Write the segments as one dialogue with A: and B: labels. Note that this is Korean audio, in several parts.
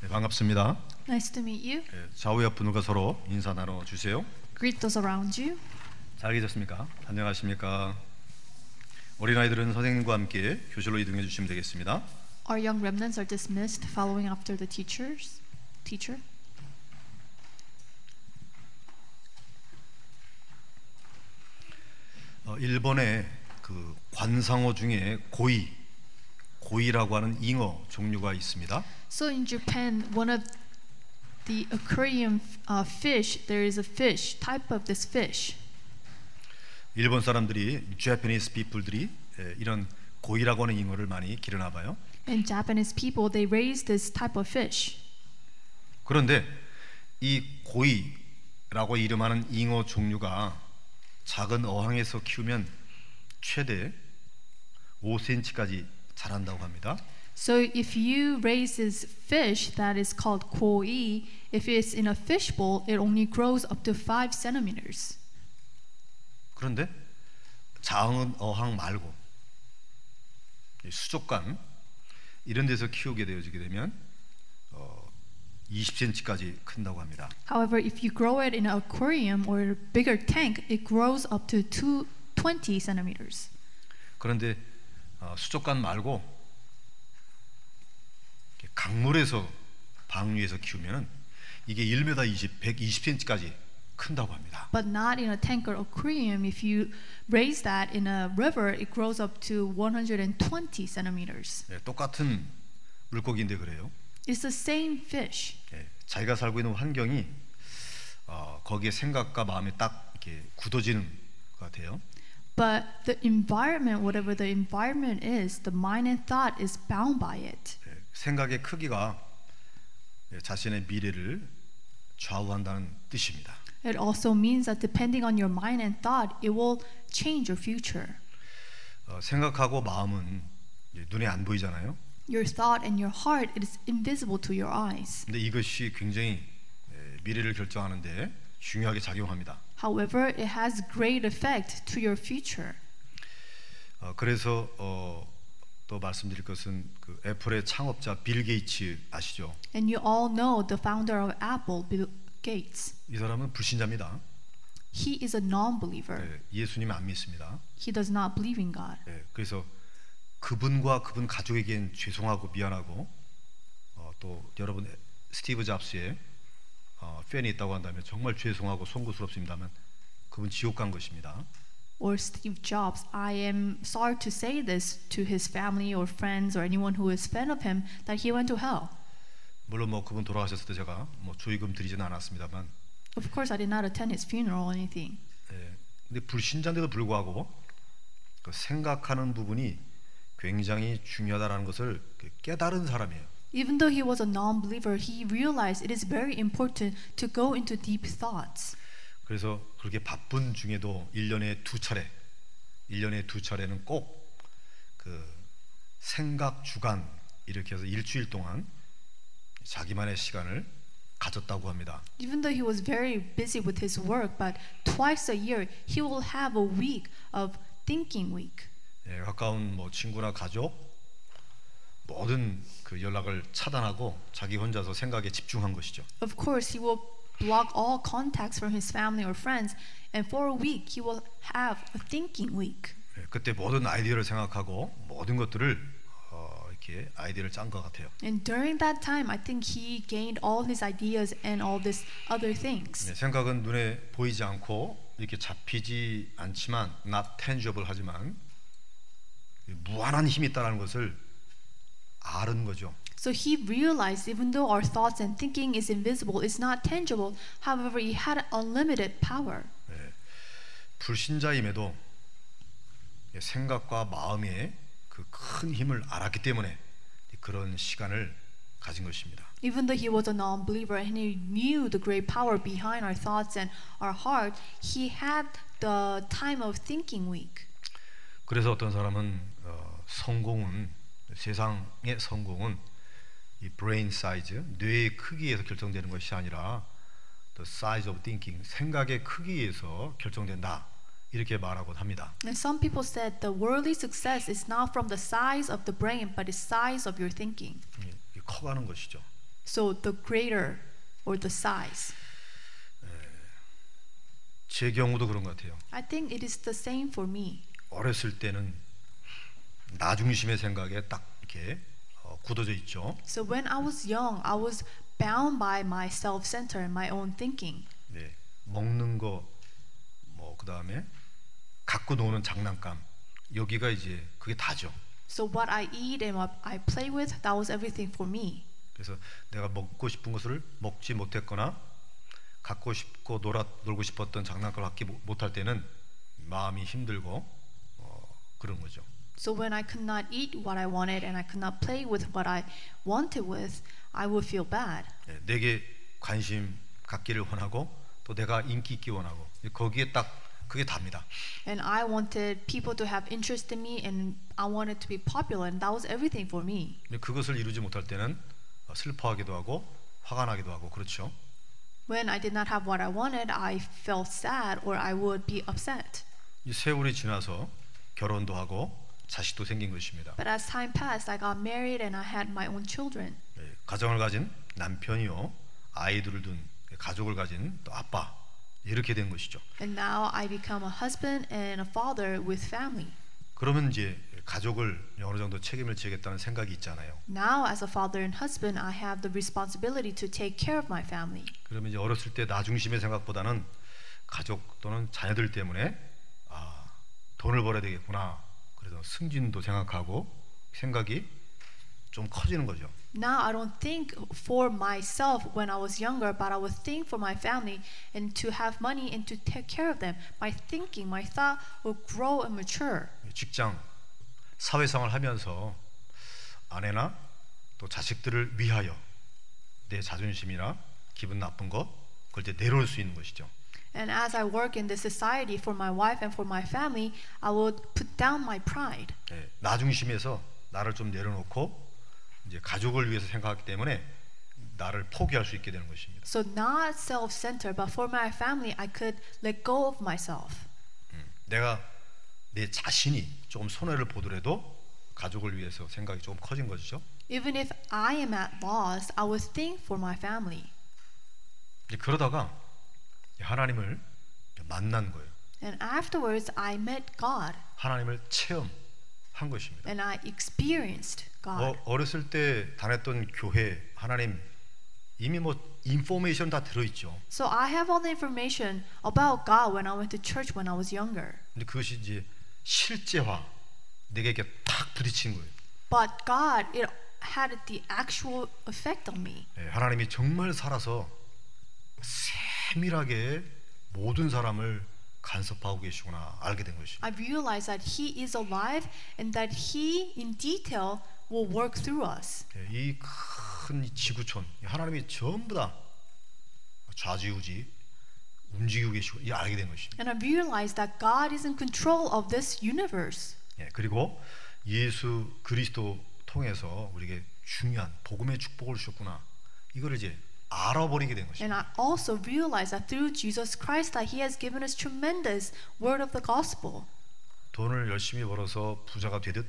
A: 네, 반갑습니다.
B: Nice to meet you.
A: 예, 좌우 옆 분우가 서로 인사 나눠 주세요.
B: Greet those around you.
A: 잘 계셨습니까? 안녕하십니까? 어린아이들은 선생님과 함께 교실로 이동해 주시면 되겠습니다.
B: Our young remnants are dismissed following after the teachers. Teacher.
A: 어, 일본의 그 관상어 중에 고이, 고이라고 하는 잉어 종류가 있습니다.
B: So in Japan, one of the aquarium uh, fish, there is a fish type of this fish.
A: 일본 사람들이 Japanese people들이 예, 이런 고이라고 하는 잉어를 많이 기르나 봐요.
B: And Japanese people, they raise this type of fish.
A: 그런데 이 고이라고 이름하는 잉어 종류가 작은 어항에서 키우면 최대 5cm까지 자란다고 합니다.
B: So if you raise this fish that is called koi, if it's in a fish bowl, it only grows up to five centimeters.
A: 그런데 작은 어항 말고 이 수족관 이런 데서 키우게 되어지게 되면 어, 20cm까지 큰다고 합니다.
B: However, if you grow it in an aquarium or a bigger tank, it grows up to two, 20 centimeters.
A: 그런데 어, 수족관 말고 이렇게 강물에서 방류해서 키우면 이게 1m 20, 120cm까지 큰다고 합니다.
B: But not in a tank or aquarium. If you raise that in a river, it grows up to 120 centimeters.
A: 예, 똑같은 물고기인데 그래요.
B: It's the same fish.
A: 예, 자기가 살고 있는 환경이 어, 거기에 생각과 마음이 딱 이렇게 굳어지는 것 같아요.
B: But the environment, whatever the environment is, the mind and thought is bound by it.
A: 예, 생각의 크기가 예, 자신의 미래를 좌우한다는 뜻입니다.
B: It also means that depending on your mind and thought, it will change your future.
A: 어, 생각하고 마음은 이제 눈에 안 보이잖아요.
B: Your thought and your heart it is invisible to your eyes.
A: 근데 이것이 굉장히 에, 미래를 결정하는데 중요하게 작용합니다.
B: However, it has great effect to your future.
A: 어, 그래서 어, 또 말씀드릴 것은 그 애플의 창업자 빌 게이츠 아시죠?
B: And you all know the founder of Apple, Bill Gates.
A: 이 사람은 불신자입니다.
B: He is a non-believer.
A: 예, 예수님 안 믿습니다.
B: He does not believe in God.
A: 예, 그래서 그분과 그분 가족에겐 죄송하고 미안하고 어, 또 여러분 스티브 잡스의 어, 팬이 있다고 한다면 정말 죄송하고 송구스럽습니다만 그분 지옥 간 것입니다.
B: Or Steve Jobs, I am sorry to say this to his family or friends or anyone who is fan of him that he went to hell.
A: 물론 뭐 그분 돌아가셨을 때 제가 뭐 조의금 드리지는 않았습니다만
B: Of course, I did not attend his funeral or anything.
A: 예, 근데 불신자인데도 불구하고 그 생각하는 부분이 굉장히 중요하다라는 것을 그 깨달은 사람이에요.
B: Even though he was a non-believer, he realized it is very important to go into deep thoughts.
A: 그래서 그렇게 바쁜 중에도 1년에 두 차례, 1년에 두 차례는 꼭 그 생각 주간 이렇게 해서 일주일 동안 자기만의 시간을 가졌다고 합니다.
B: Even though he was very busy with his work, but twice a year he will have a week of thinking week.
A: 예, 가까운 뭐 친구나 가족 모든 그 연락을 차단하고 자기 혼자서 생각에 집중한 것이죠.
B: Of course, he will block all contacts from his family or friends, and for a week he will have a thinking week.
A: 예, 그때 모든 아이디어를 생각하고 모든 것들을 어, 이렇게 아이디어를 짠 것 같아요.
B: And during that time, I think he gained all his ideas and all these other things.
A: 예, 생각은 눈에 보이지 않고 이렇게 잡히지 않지만 not tangible 하지만 이 무한한 힘이 있다는 것을 아는 거죠.
B: So he realized even though our thoughts and thinking is invisible, it's not tangible, however, he had unlimited power.
A: 예, 불신자임에도 예, 생각과 마음의 그 큰 힘을 알았기 때문에 그런 시간을 가진 것입니다.
B: Even though he was a non believer and he knew the great power behind our thoughts and our heart, he had the time of thinking week.
A: 그래서 어떤 사람은 어, 성공은 세상의 성공은 이 브레인 사이즈 뇌의 크기에서 결정되는 것이 아니라 the size of thinking 생각의 크기에서 결정된다 이렇게 말하곤 합니다.
B: And some people said the worldly success is not from the size of the brain, but the size of your thinking.
A: 이- 이 커가는 음, 것이죠.
B: So the greater or the size.
A: 제 경우도 그런 것 같아요.
B: I think it is the same for me.
A: 어렸을 때는 나 중심의 생각에 딱 이렇게 어, 굳어져 있죠.
B: So when I was young, I was bound by my self-center and my own thinking.
A: 네, 먹는 거, 뭐 그다음에 갖고 노는 장난감 여기가 이제 그게 다죠.
B: So what I eat and what I play with, that was everything for me.
A: 그래서 내가 먹고 싶은 것을 먹지 못했거나 갖고 싶고 놀아, 놀고 싶었던 장난감을 갖지 못- 못할 때는 마음이 힘들고 어, 그런 거죠.
B: So when I could not eat what I wanted and I could not play with what I wanted with, I would feel bad.
A: 네, 내게 관심 갖기를 원하고 또 내가 인기 있기 원하고 거기에 딱 그게 답니다.
B: And I wanted people to have interest in me and I wanted to be popular and that was everything for me.
A: 근데 그것을 이루지 못할 때는 어, 슬퍼하기도 하고 화가 나기도 하고 그렇죠.
B: When I did not have what I wanted, I felt sad or I would be upset.
A: 이 세월이 지나서 결혼도 하고 자식도 생긴 것입니다.
B: But as time passed, I got married and I had my own children.
A: 예, 가정을 가진 남편이요, 아이들을 둔 가족을 가진 또 아빠 이렇게 된 것이죠.
B: And now I become a husband and a father with family.
A: 그러면 이제 가족을 어느 정도 책임을 지겠다는 생각이 있잖아요.
B: Now, as a father and husband, I have the responsibility to take care of my family.
A: 그러면 이제 어렸을 때 나 중심의 생각보다는 가족 또는 자녀들 때문에 아, 돈을 벌어야 되겠구나. 그래서 승진도 생각하고 생각이 좀 커지는 거죠.
B: Now, I don't think for myself when I was younger, but I would think for my family and to have money and to take care of them. My thinking, my thought will grow and mature.
A: 네, 직장, 사회생활 하면서 아내나 또 자식들을 위하여 내 자존심이나 기분 나쁜 것 그걸 이제 내려올 수 있는 것이죠.
B: And as I work in this society for my wife and for my family, I would put down my pride.
A: 예, 나 중심에서 나를 좀 내려놓고 이제 가족을 위해서 생각하기 때문에 나를 포기할 수 있게 되는 것입니다.
B: So, not self centered, but for my family, I could let go of myself.
A: 내가 내 자신이 조금 손해를 보더라도 가족을 위해서 생각이 조금 커진 것이죠.
B: Even if I am at loss, I would think for my family.
A: 이제 그러다가 하나님을 만난 거예요.
B: And afterwards, I met God
A: 하나님을 체험한 것입니다.
B: and I experienced God.
A: 어, 어렸을 때 다녔던 교회 하나님 이미 뭐 인포메이션 다 들어있죠.
B: So I have all the information about God when I went to church when I was younger.
A: 근데 그것이 이제 실제화 내게 이렇게 탁 부딪힌 거예요.
B: But God, it had the actual effect on me.
A: 예, 하나님이 정말 살아서 세밀하게 모든 사람을 간섭하고 계시구나 알게 된 것이.
B: I realized that He is alive and that He, in detail, will work through us.
A: 예, 이큰 지구촌 하나님이 전부 다 좌지우지 움직이고 계시고 이 알게 된 것입니다.
B: And I realized that God is in control of this universe.
A: 예, 그리고 예수 그리스도 통해서 우리에게 중요한 복음의 축복을 주셨구나. 이거를 이제 알아버리게 된 것이죠.
B: And I also realized that through Jesus Christ that he has given us tremendous word of the gospel.
A: 돈을 열심히 벌어서 부자가 되듯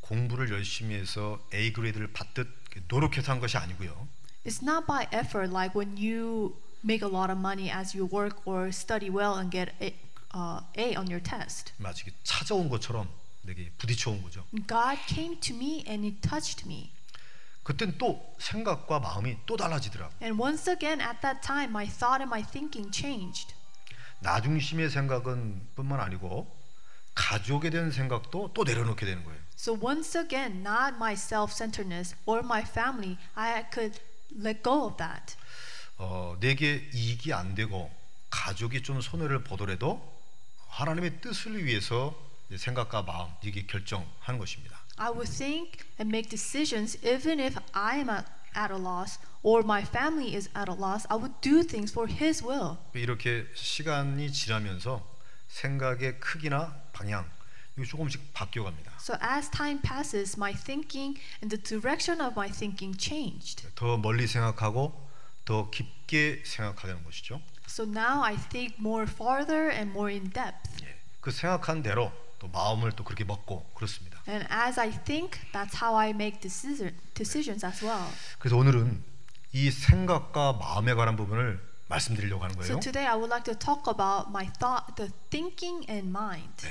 A: 공부를 열심히 해서 A 그레이드를 받듯 노력해서 한 것이 아니고요.
B: It's not by effort like when you make a lot of money as you work or study well and get a, uh, a on your test.
A: 마치 이게 찾아온 것처럼 내게 부딪혀온 거죠.
B: God came to me and he touched me.
A: 그땐 또 생각과 마음이 또 달라지더라고.
B: And once again at that time my thought and my thinking changed.
A: 나 중심의 생각은 뿐만 아니고 가족에 대한 생각도 또 내려놓게 되는 거예요.
B: So once again not my self-centeredness or my family, I could let go of that.
A: 어, 내게 이익이 안 되고 가족이 좀 손해를 보더라도 하나님의 뜻을 위해서 이제 생각과 마음 이게 결정하는 것입니다.
B: I would think and make decisions even if I am at, at a loss or my family is at a loss. I would do things for His will.
A: 이렇게 시간이 지나면서 생각의 크기나 방향 이게 조금씩 바뀌어갑니다.
B: So as time passes, my thinking and the direction of my thinking changed.
A: 더 멀리 생각하고 더 깊게 생각하게 되는 것이죠.
B: So now I think more farther and more in depth.
A: 예. 그 생각한 대로 또 마음을 또 그렇게 먹고 그렇습니다.
B: And as I think, that's how I make decision, decisions as well.
A: 그래서 오늘은 이 생각과 마음에 관한 부분을 말씀드리려고 하는
B: So
A: 거예요.
B: today I would like to talk about my thought, the thinking and mind.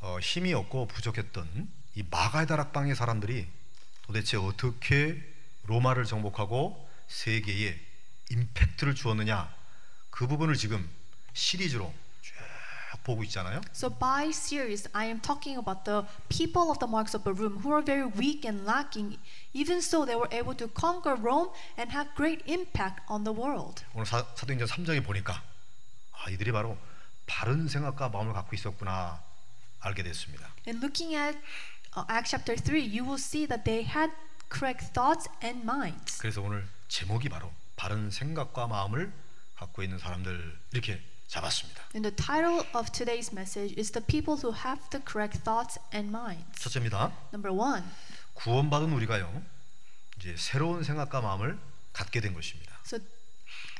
A: 어, 힘이 없고 부족했던 이 마가의 다락방의 사람들이 도대체 어떻게 로마를 정복하고 세계에 임팩트를 주었느냐 그 부분을 지금 시리즈로 쭉 보고 있잖아요.
B: So by series, I am talking about the people of the marks of the room who are very weak and lacking. Even so, they were able to conquer Rome and have great impact on the world.
A: 오늘 사, 사도행전 3장에 보니까 아, 이들이 바로 바른 생각과 마음을 갖고 있었구나 알게 됐습니다.
B: And looking at uh, Acts chapter 3, you will see that they had correct thoughts and minds.
A: 그래서 오늘 제목이 바로 바른 생각과 마음을 갖고 있는 사람들 이렇게 잡았습니다.
B: And the title of today's message is The People Who Have the Correct Thoughts and Minds.
A: 첫째입니다.
B: Number one,
A: 구원받은 우리가요. 이제 새로운 생각과 마음을 갖게 된 것입니다.
B: so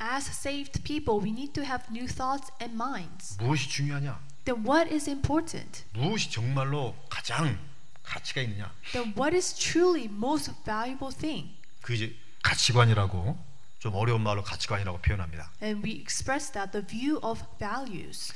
B: as saved people, we need to have new thoughts and minds.
A: 무엇이 중요하냐?
B: Then what is important?
A: 무엇이 정말로 가장 가치가 있느냐?
B: Then what is truly most valuable thing?
A: 그 이제 가치관이라고 좀 어려운 말로 가치관이라고 표현합니다.
B: And we express that the view of values.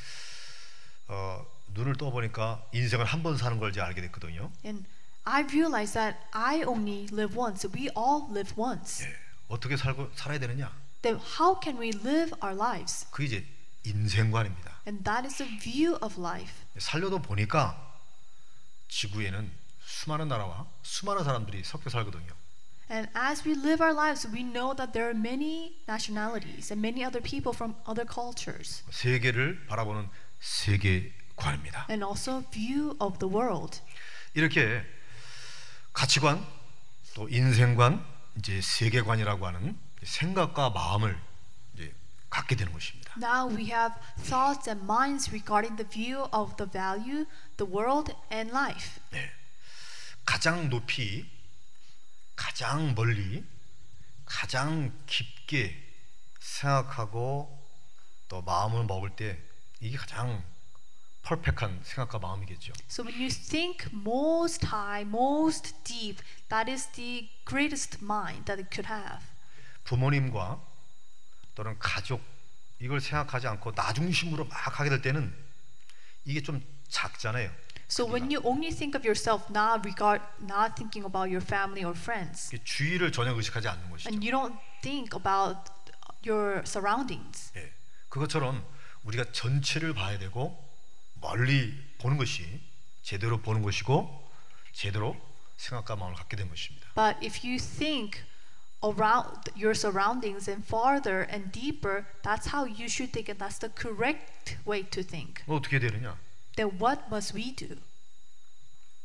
A: 어, 눈을 떠 보니까 인생을 한 번 사는 걸 이제 알게 됐거든요.
B: And I realize that I only live once. We all live once.
A: 예, 어떻게 살고 살아야 되느냐?
B: Then how can we live our lives?
A: 그게 이제 인생관입니다.
B: And that is the view of life.
A: 살려도 보니까 지구에는 수많은 나라와 수많은 사람들이 섞여 살거든요.
B: And as we live our lives, we know that there are many nationalities and many other people from other cultures,
A: 세계를 바라보는 세계관입니다.
B: and also view of the world.
A: 이렇게 가치관 또 인생관 이제 세계관이라고 하는 생각과 마음을 이제 갖게 되는 것입니다.
B: Now we have thoughts and minds regarding the view of the value, the world, and life.
A: 네. 가장 높이, 가장 멀리, 가장 깊게 생각하고 또 마음을 먹을 때 이게 가장 퍼펙한 생각과 마음이겠죠.
B: So when you think most high, most deep, that is the greatest mind that it could have.
A: 부모님과 또는 가족 이걸 생각하지 않고 나 중심으로 막 하게 될 때는 이게 좀 작잖아요.
B: So when you only think of yourself, not regard, not thinking about your family or friends,
A: 이게 주위를 전혀 의식하지 않는 것이죠.
B: and you don't think about your surroundings.
A: 예. 그것처럼 우리가 전체를 봐야 되고 멀리 보는 것이 제대로 보는 것이고 제대로 생각과 마음을 갖게 된 것입니다.
B: But if you think around your surroundings and farther and deeper, that's how you should think, and that's the correct way to think.
A: 뭐 어떻게 되느냐?
B: Then what must we do?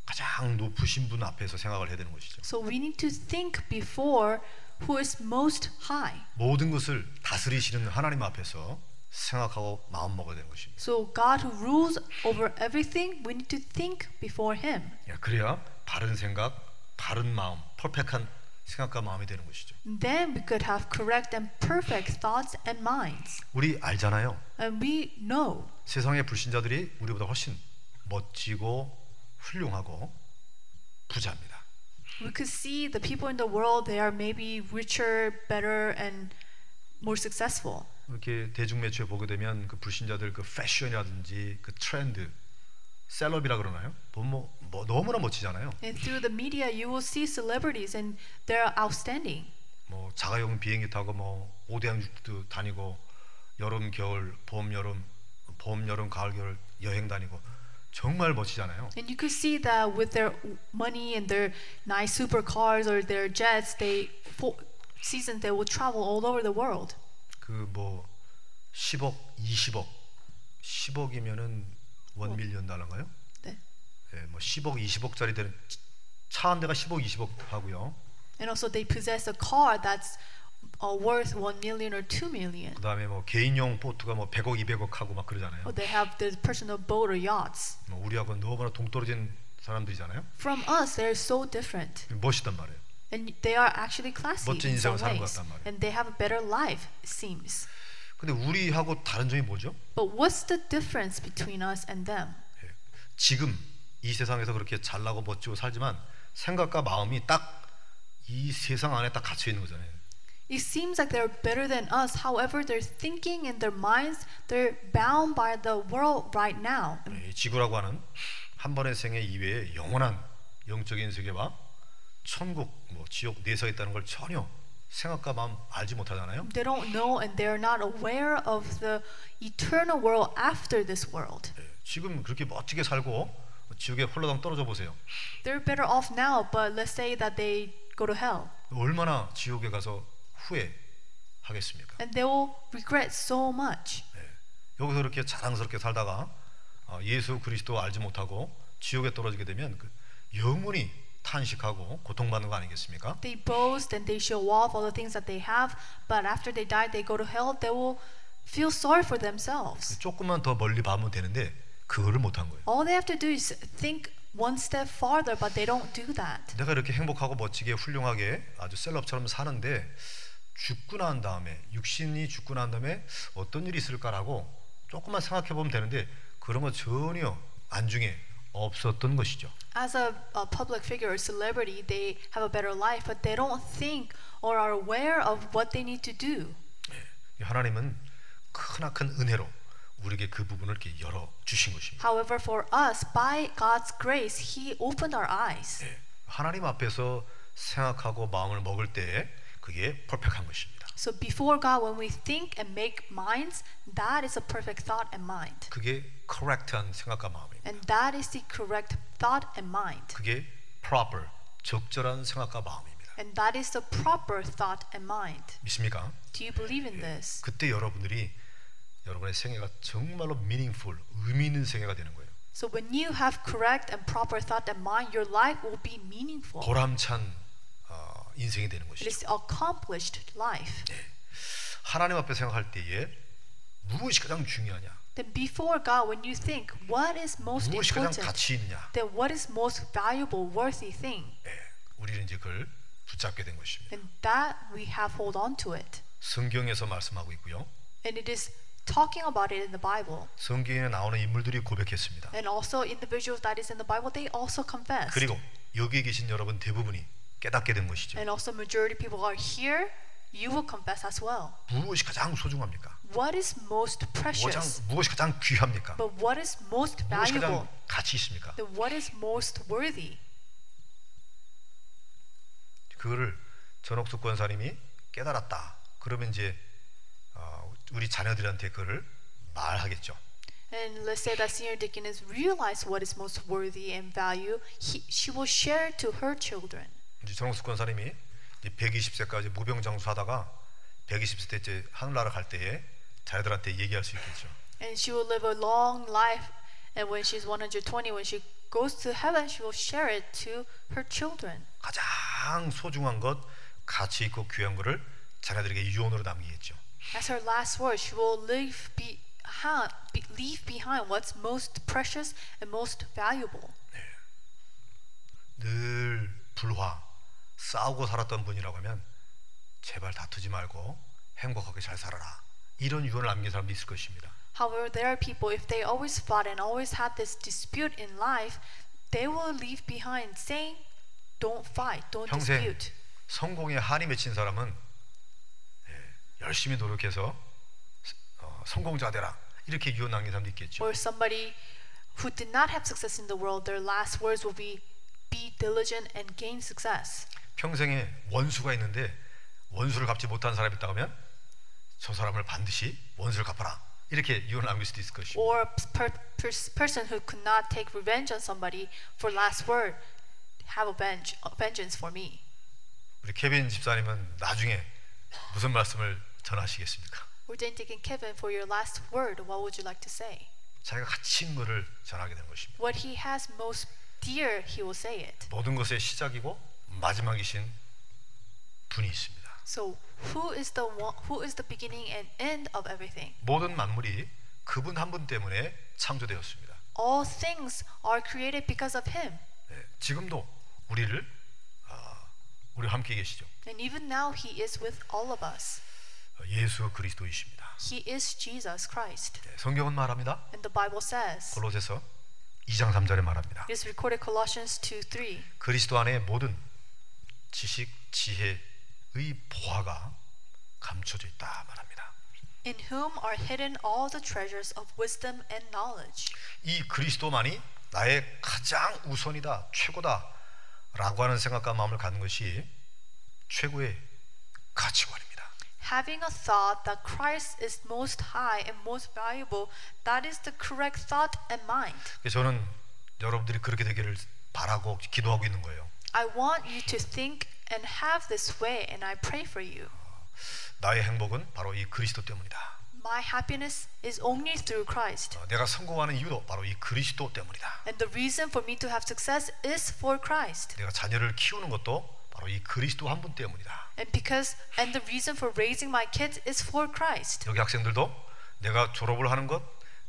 A: 가장 높으신 분 앞에서 생각을 해야 되는 것이죠.
B: So we need to think before who is most high.
A: 모든 것을 다스리시는 하나님 앞에서 생각하고 마음 먹어야 되는 것입니다.
B: So God who rules over everything, we need to think before him.
A: 야, 그래야 바른 생각, 바른 마음, 퍼펙한 생각과 마음이 되는 것이죠.
B: Then we could have correct and perfect thoughts and minds.
A: 우리 알잖아요.
B: And we know
A: 세상의 불신자들이 우리보다 훨씬 멋지고 훌륭하고 부자입니다.
B: we could see the people in the world they are maybe richer, better and more successful.
A: 이렇게 대중매체에 보게 되면 그 불신자들 그 패션이라든지 그 트렌드, 셀럽이라 그러나요? 보면 뭐, 뭐 너무나 멋지잖아요.
B: And through the media you will see celebrities and they're outstanding.
A: 뭐 자가용 비행기 타고 뭐 오대양주도 다니고 여름, 겨울, 봄, 여름, 봄, 여름, 가을, 겨울 여행 다니고 정말 멋지잖아요.
B: And you could see that with their money and their nice supercars or their jets, they for seasons they will travel all over the world.
A: 그 뭐 10억, 20억, 10억이면은 원 밀리언 달러인가요?
B: 네.
A: 예, 뭐 10억, 20억짜리 되는 차 한 대가 10억, 20억 하고요.
B: And also they possess a car that's uh, worth 1 million or 2 million.
A: 그다음에 뭐 개인용 보트가 뭐 100억, 200억 하고 막 그러잖아요.
B: Or they have their personal boat or yachts.
A: 뭐 우리하고 너무나 동떨어진 사람들이잖아요.
B: From us, they're so different.
A: 멋있단 말이에요.
B: And they are actually classy
A: 멋진
B: in some
A: 인생을 사는 것
B: ways.
A: 같단 말이에요.
B: And they have a better life, it seems.
A: 근데 우리하고 다른 점이 뭐죠?
B: But what's the difference between us and them?
A: 예, 지금 이 세상에서 그렇게 잘나고 멋지고 살지만 생각과 마음이 딱 이 세상 안에 딱 갇혀 있는 거잖아요.
B: It seems like they're better than us. However, their thinking and their minds, they're bound by the world right now.
A: 이 네, 지구라고 하는 한 번의 생애 이외에 영원한 영적인 세계와 천국, 뭐 지옥 내성에 있다는 걸 전혀 생각과 마음 알지 못하잖아요.
B: They don't know and they're not aware of the eternal world after this world.
A: 예, 지금 그렇게 멋지게 살고 지옥에 홀라당 떨어져 보세요.
B: They're better off now, but let's say that they go to hell
A: 얼마나 지옥에 가서 후회하겠습니까?
B: and they will regret so much.
A: 예, 여기서 이렇게 자랑스럽게 살다가 어, 예수 그리스도 알지 못하고 지옥에 떨어지게 되면 그 영원히 탄식하고 고통받는 거 아니겠습니까?
B: They boast and they show off all the things that they have, but after they die, they go to hell, they will feel sorry for themselves.
A: 조금만 더 멀리 봐면 되는데 그거를 못한 거예요.
B: All they have to do is think one step farther, but they don't do that.
A: 내가 이렇게 행복하고 멋지게 훌륭하게 아주 셀럽처럼 사는데 죽고 난 다음에 육신이 죽고 난 다음에 어떤 일이 있을까라고 조금만 생각해 보면 되는데 그런 거 전혀 안중에 없었던 것이죠.
B: As a, a public figure or celebrity, they have a better life, but they don't think or are aware of what they need to do.
A: 예, 하나님은 크나큰 은혜로 우리에게 그 부분을 이렇게 열어 주신 것입니다.
B: However, for us, by God's grace, He opened our eyes.
A: 예, 하나님 앞에서 생각하고 마음을 먹을 때 그게 퍼펙한 것입니다.
B: So before God, when we think and make minds, that is a perfect thought and mind.
A: 그게 correct한 생각과 마음입니다.
B: And that is the correct thought and mind.
A: 그게 proper 적절한 생각과 마음입니다.
B: And that is the proper thought and mind.
A: 믿습니까?
B: Do you believe in this?
A: 그때 여러분들이 여러분의 생애가 정말로 meaningful 의미 있는 생애가 되는 거예요.
B: So when you have correct and proper thought and mind, your life will be meaningful.
A: 보람찬 어, 인생이 되는
B: It
A: 것이죠.
B: is accomplished life.
A: 하나님 앞에 생각할 때에 무엇이 가장 중요하냐,
B: Then before God, when you think what is most
A: 무엇이 가장
B: important,
A: 가치 있냐,
B: then what is most valuable, worthy thing,
A: 예, 우리는 이제 그걸 붙잡게 된 것입니다.
B: then that we have hold on to it.
A: 성경에서 말씀하고 있고요.
B: And it is talking about it in the Bible.
A: 성경에 나오는 인물들이 고백했습니다.
B: And also individuals that is in the Bible, they also confess.
A: 그리고 여기 계신 여러분 대부분이 깨닫게 된 것이죠.
B: And also majority people are here, you will confess as well.
A: 무엇이 가장 소중합니까?
B: What is most
A: 가장,
B: precious? 뭐,
A: 무엇이 가장 귀합니까?
B: But what is most
A: 무엇이
B: valuable?
A: 가장 가치 있습니까?
B: Then what is most worthy?
A: 그거를 전옥수 권사님이 깨달았다. 그러면 이제 어, 우리 자녀들한테 그를 말하겠죠.
B: And let's say that senior deaconess realized what is most worthy and value, he, she will share it to her children.
A: 이제 전옥수 권사님이 이제 120세까지 무병장수하다가 120세 때 이제 하늘나라 갈 때에 자녀들한테 얘기할 수 있겠죠.
B: And she will live a long life. And when she's 120, when she goes to heaven, she will share it to her children.
A: 가장 소중한 것, 가치 있고 귀한 거를 자녀들에게 유언으로 남기겠죠.
B: As her last word, she will leave, be, ha, be, leave behind what's most precious and most valuable.
A: 늘 불화, 싸우고 살았던 분이라고 하면 제발 다투지 말고 행복하게 잘 살아라. 이런 유언을 남긴 사람도 있을 것입니다.
B: However, there are people, if they always fought and always had this dispute in life, they will leave behind saying, don't fight, don't
A: 평생
B: dispute.
A: 성공에 한이 맺힌 사람은 예, 열심히 노력해서 어, 성공자 되라 이렇게 유언 남긴 사람도 있겠죠.
B: Or somebody who did not have success in the world, their last words will be, be diligent and gain success.
A: 평생에 원수가 있는데 원수를 갚지 못한 사람이 있다고 하면 저 사람을 반드시 원수를 갚아라 이렇게 유언 남길 수도 있을 것이고
B: Or a per, per, person who could not take revenge on somebody for last word, have a venge, a vengeance for me.
A: 우리 케빈 집사님은 나중에 무슨 말씀을 전하시겠습니까?
B: We're then taking Kevin for your last word. What would you like to say?
A: 자기가 가치 있는 것을 전하게 되는 것입니다.
B: What he has most dear, he will say it.
A: 모든 것의 시작이고 마지막이신 분이 있습니다.
B: So who is the one, who is the beginning and end of everything?
A: 모든 만물이 그분 한 분 때문에 창조되었습니다.
B: All things are created because of him.
A: 예, 지금도 우리를 아, 우리 함께 계시죠.
B: And even now he is with all of us.
A: 어, 예수 그리스도이십니다.
B: He is Jesus Christ.
A: 예, 성경은 말합니다.
B: And the Bible says
A: 골로새서 2장 3절에 말합니다.
B: It's recorded Colossians 2 3.
A: 그리스도 안에 모든 지식, 지혜의 보화가 감춰져 있다 말합니다.
B: In whom are hidden all the treasures of wisdom and knowledge.
A: 이 그리스도만이 나의 가장 우선이다, 최고다라고 하는 생각과 마음을 갖는 것이 최고의 가치관입니다.
B: Having a thought that Christ is most high and most valuable, that is the correct thought and mind.
A: 그래서 저는 여러분들이 그렇게 되기를 바라고 기도하고 있는 거예요.
B: I want you to think and have this way, and I pray for you.
A: 나의 행복은 바로 이 그리스도 때문이다.
B: My happiness is only through Christ.
A: 어, 내가 성공하는 이유도 바로 이 그리스도 때문이다.
B: And the reason for me to have success is for Christ.
A: 내가 자녀를 키우는 것도 바로 이 그리스도 한 분 때문이다.
B: And because and the reason for raising my kids is for Christ.
A: 여기 학생들도 내가 졸업을 하는 것,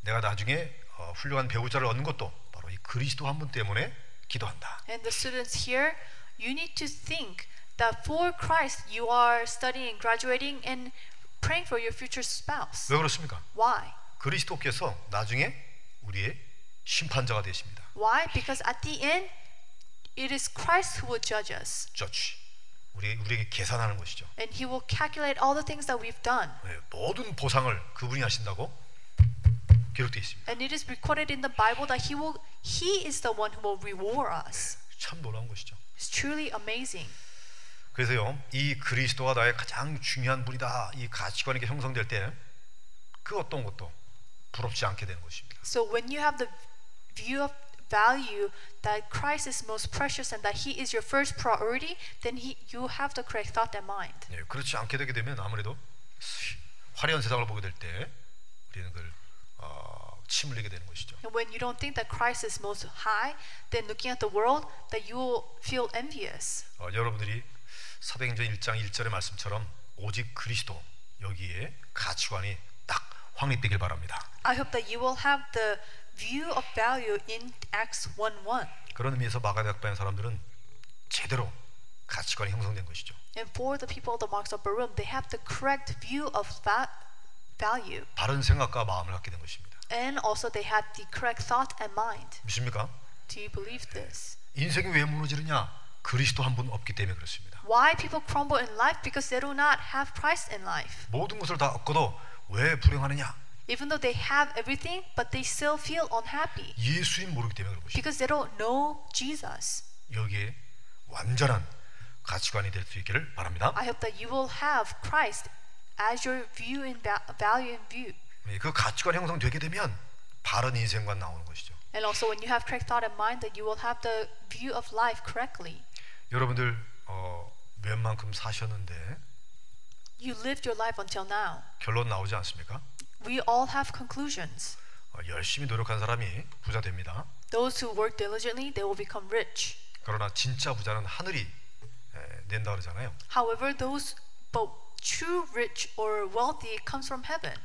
A: 내가 나중에 어, 훌륭한 배우자를 얻는 것도 바로 이 그리스도 한 분 때문에 기도한다.
B: And the students here, you need to think that for Christ you are studying, graduating and praying for your future spouse.
A: 왜 그렇습니까?
B: Why?
A: 그리스도께서 나중에 우리의 심판자가 되십니다.
B: Why? Because at the end it is Christ who will judge us
A: 저치. 우리 우리에게 계산하는 것이죠.
B: and he will calculate all the things that we've done.
A: 예, 모든 보상을 그분이 하신다고 기록되어 있습니다.
B: And it is recorded in the Bible that he will he is the one who will reward us.
A: 참 놀라운 것이죠.
B: It's truly amazing.
A: 그래서요, 이 그리스도가 나의 가장 중요한 분이다. 이 가치관이 이렇게 형성될 때 그 어떤 것도 부럽지 않게 되는 것입니다.
B: So when you have the view of value that Christ is most precious and that He is your first priority, then he, you have the correct thought and mind.
A: 예, 그렇지 않게 되게 되면 아무래도 화려한 세상을 보게 될 때 우리는 그걸 어, 침 흘리게 되는 것이죠.
B: And when you don't think that Christ is most high, then looking at the world, that you will feel envious.
A: 어, 여러분들이 사도행전 1장 1절의 말씀처럼 오직 그리스도 여기에 가치관이 딱 확립되길 바랍니다.
B: I hope that you will have the view of value in Acts 1:1.
A: 그런 의미에서 마가다학반 사람들은 제대로 가치관이 형성된 것이죠.
B: And for the people of the Marks Upper Room, they have the correct view of va- value.
A: 바른 생각과 마음을 갖게 된 것입니다.
B: And also they had the correct thought and mind.
A: 믿습니까?
B: Do you believe this?
A: 인생이 왜 무너지느냐? 그리스도 한 분 없기 때문에 그렇습니다.
B: Why people crumble in life because they do not have Christ in life.
A: 모든 것을 다 얻고도 왜 불행하느냐?
B: Even though they have everything, but they still feel unhappy
A: 예수인 모르기 때문에 그런 것이죠.
B: because they don't know Jesus.
A: 여기에 완전한 가치관이 될 수 있기를 바랍니다.
B: I hope that you will have Christ as your view and va- value and view.
A: 예, 그 가치관 형성되게 되면 바른 인생관 나오는 것이죠.
B: And also, when you have correct thought in mind, that you will have the view of life correctly.
A: 여러분들 어, 웬만큼 사셨는데
B: You lived your life until now.
A: 결론 나오지 않습니까?
B: We all have conclusions.
A: 어, 열심히 노력한 사람이 부자 됩니다.
B: Those who work diligently, they will become rich.
A: 그러나 진짜 부자는 하늘이 에, 낸다 그러잖아요.
B: However, those but true rich or wealthy comes from heaven.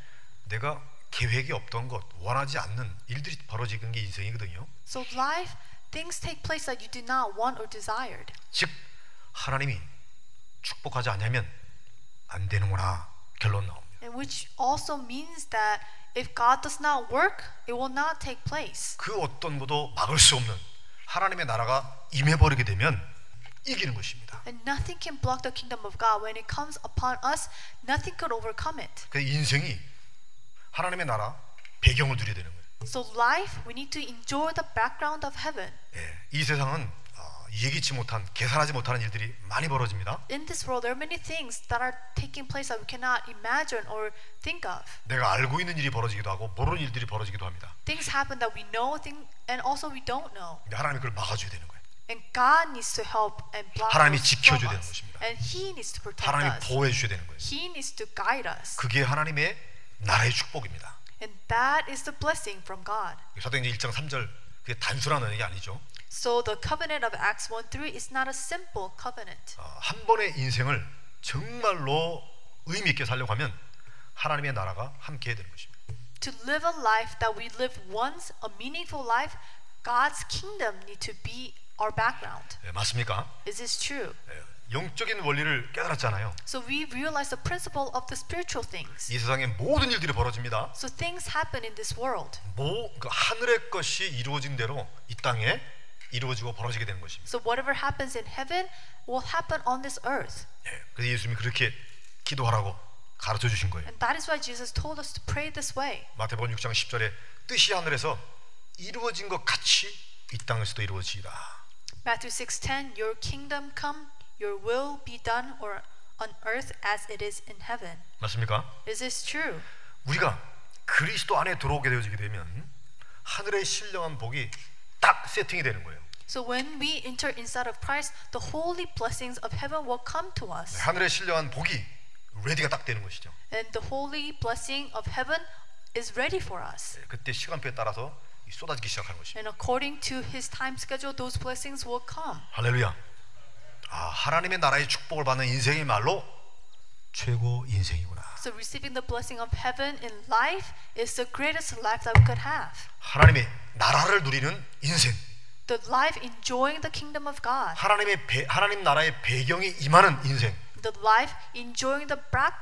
A: 내가 계획이 없던 것, 원하지 않는 일들이 벌어지는 게 인생이거든요.
B: So life, things take place that you did not want or desired.
A: 즉 하나님이 축복하지 않으면 안 되는구나 결론 나옵니다.
B: And which also means that if God does not work, it will not take place.
A: 그 어떤 것도 막을 수 없는 하나님의 나라가 임해버리게 되면 이기는 것입니다.
B: And nothing can block the kingdom of God. When it comes upon us, nothing could overcome it.
A: 그 인생이 하나님의 나라 배경을 누리게 되는 거예요.
B: So life, we need to enjoy the background of heaven.
A: 예, 이 세상은 어, 예기치 못한 계산하지 못하는 일들이 많이 벌어집니다.
B: In this world, there are many things that are taking place that we cannot imagine or think of.
A: 내가 알고 있는 일이 벌어지기도 하고 모르는 일들이 벌어지기도 합니다.
B: Things happen that we know, thing, and also we don't know.
A: 근데 하나님이 그걸 막아줘야 되는 거예요.
B: And God needs to help and block
A: 하나님이
B: those from
A: 지켜줘야 되는
B: us.
A: 것입니다.
B: And He needs to protect
A: 하나님이
B: us.
A: 보호해 주셔야 되는 거예요.
B: He needs to guide us.
A: 그게 하나님의 나라의 축복입니다.
B: And that is the blessing from God.
A: 사도행전 1장 3절 그게 단순한 언약이 아니죠.
B: So the covenant of Acts 1 3 is not a simple covenant.
A: 어, 한 번의 인생을 정말로 의미 있게 살려고 하면 하나님의 나라가 함께 해야 되는 것입니다.
B: To live a life that we live once, a meaningful life, God's kingdom need to be our background.
A: 예, 맞습니까?
B: Is this true?
A: 예, 영적인 원리를 깨달았잖아요.
B: So we realize the principle of the spiritual things.
A: 이 세상에 모든 일들이 벌어집니다.
B: So things happen in this world.
A: 모, 그 하늘의 것이 이루어진 대로 이 땅에 이루어지고 벌어지게 되는 것입니다.
B: So whatever happens in heaven will happen on this earth.
A: 예, 그래서 예수님이 그렇게 기도하라고 가르쳐 주신 거예요.
B: And that is why Jesus told us to pray this way.
A: 마태복음 6장 10절에 뜻이 하늘에서 이루어진 것 같이 이 땅에서도 이루어지이다.
B: Matthew 6:10 Your kingdom come, your will be done or on earth as it is in heaven.
A: 맞습니까?
B: Is this true?
A: 우리가 그리스도 안에 들어오게 되어지게 되면 하늘의 신령한 복이 딱 세팅이 되는 거예요.
B: So when we enter inside of Christ, the holy blessings of heaven will come to us.
A: 네, 하늘의 신령한 복이 레디가 딱 되는 것이죠.
B: And the holy blessing of heaven is ready for us.
A: 네, 그때 시간표에 따라서 이 쏟아지기 시작하는 것입니다.
B: And according to his time schedule, those blessings will come.
A: 할렐루야. 아, 하나님의 나라의 축복을 받는 인생이 말로 최고 인생이구나.
B: So receiving the blessing of heaven in life is the greatest life that we could have.
A: 하나님의 나라를 누리는 인생.
B: The life enjoying the kingdom of God.
A: 하나님의 배, 하나님 나라의 배경이 임하는 인생.
B: The life enjoying the back,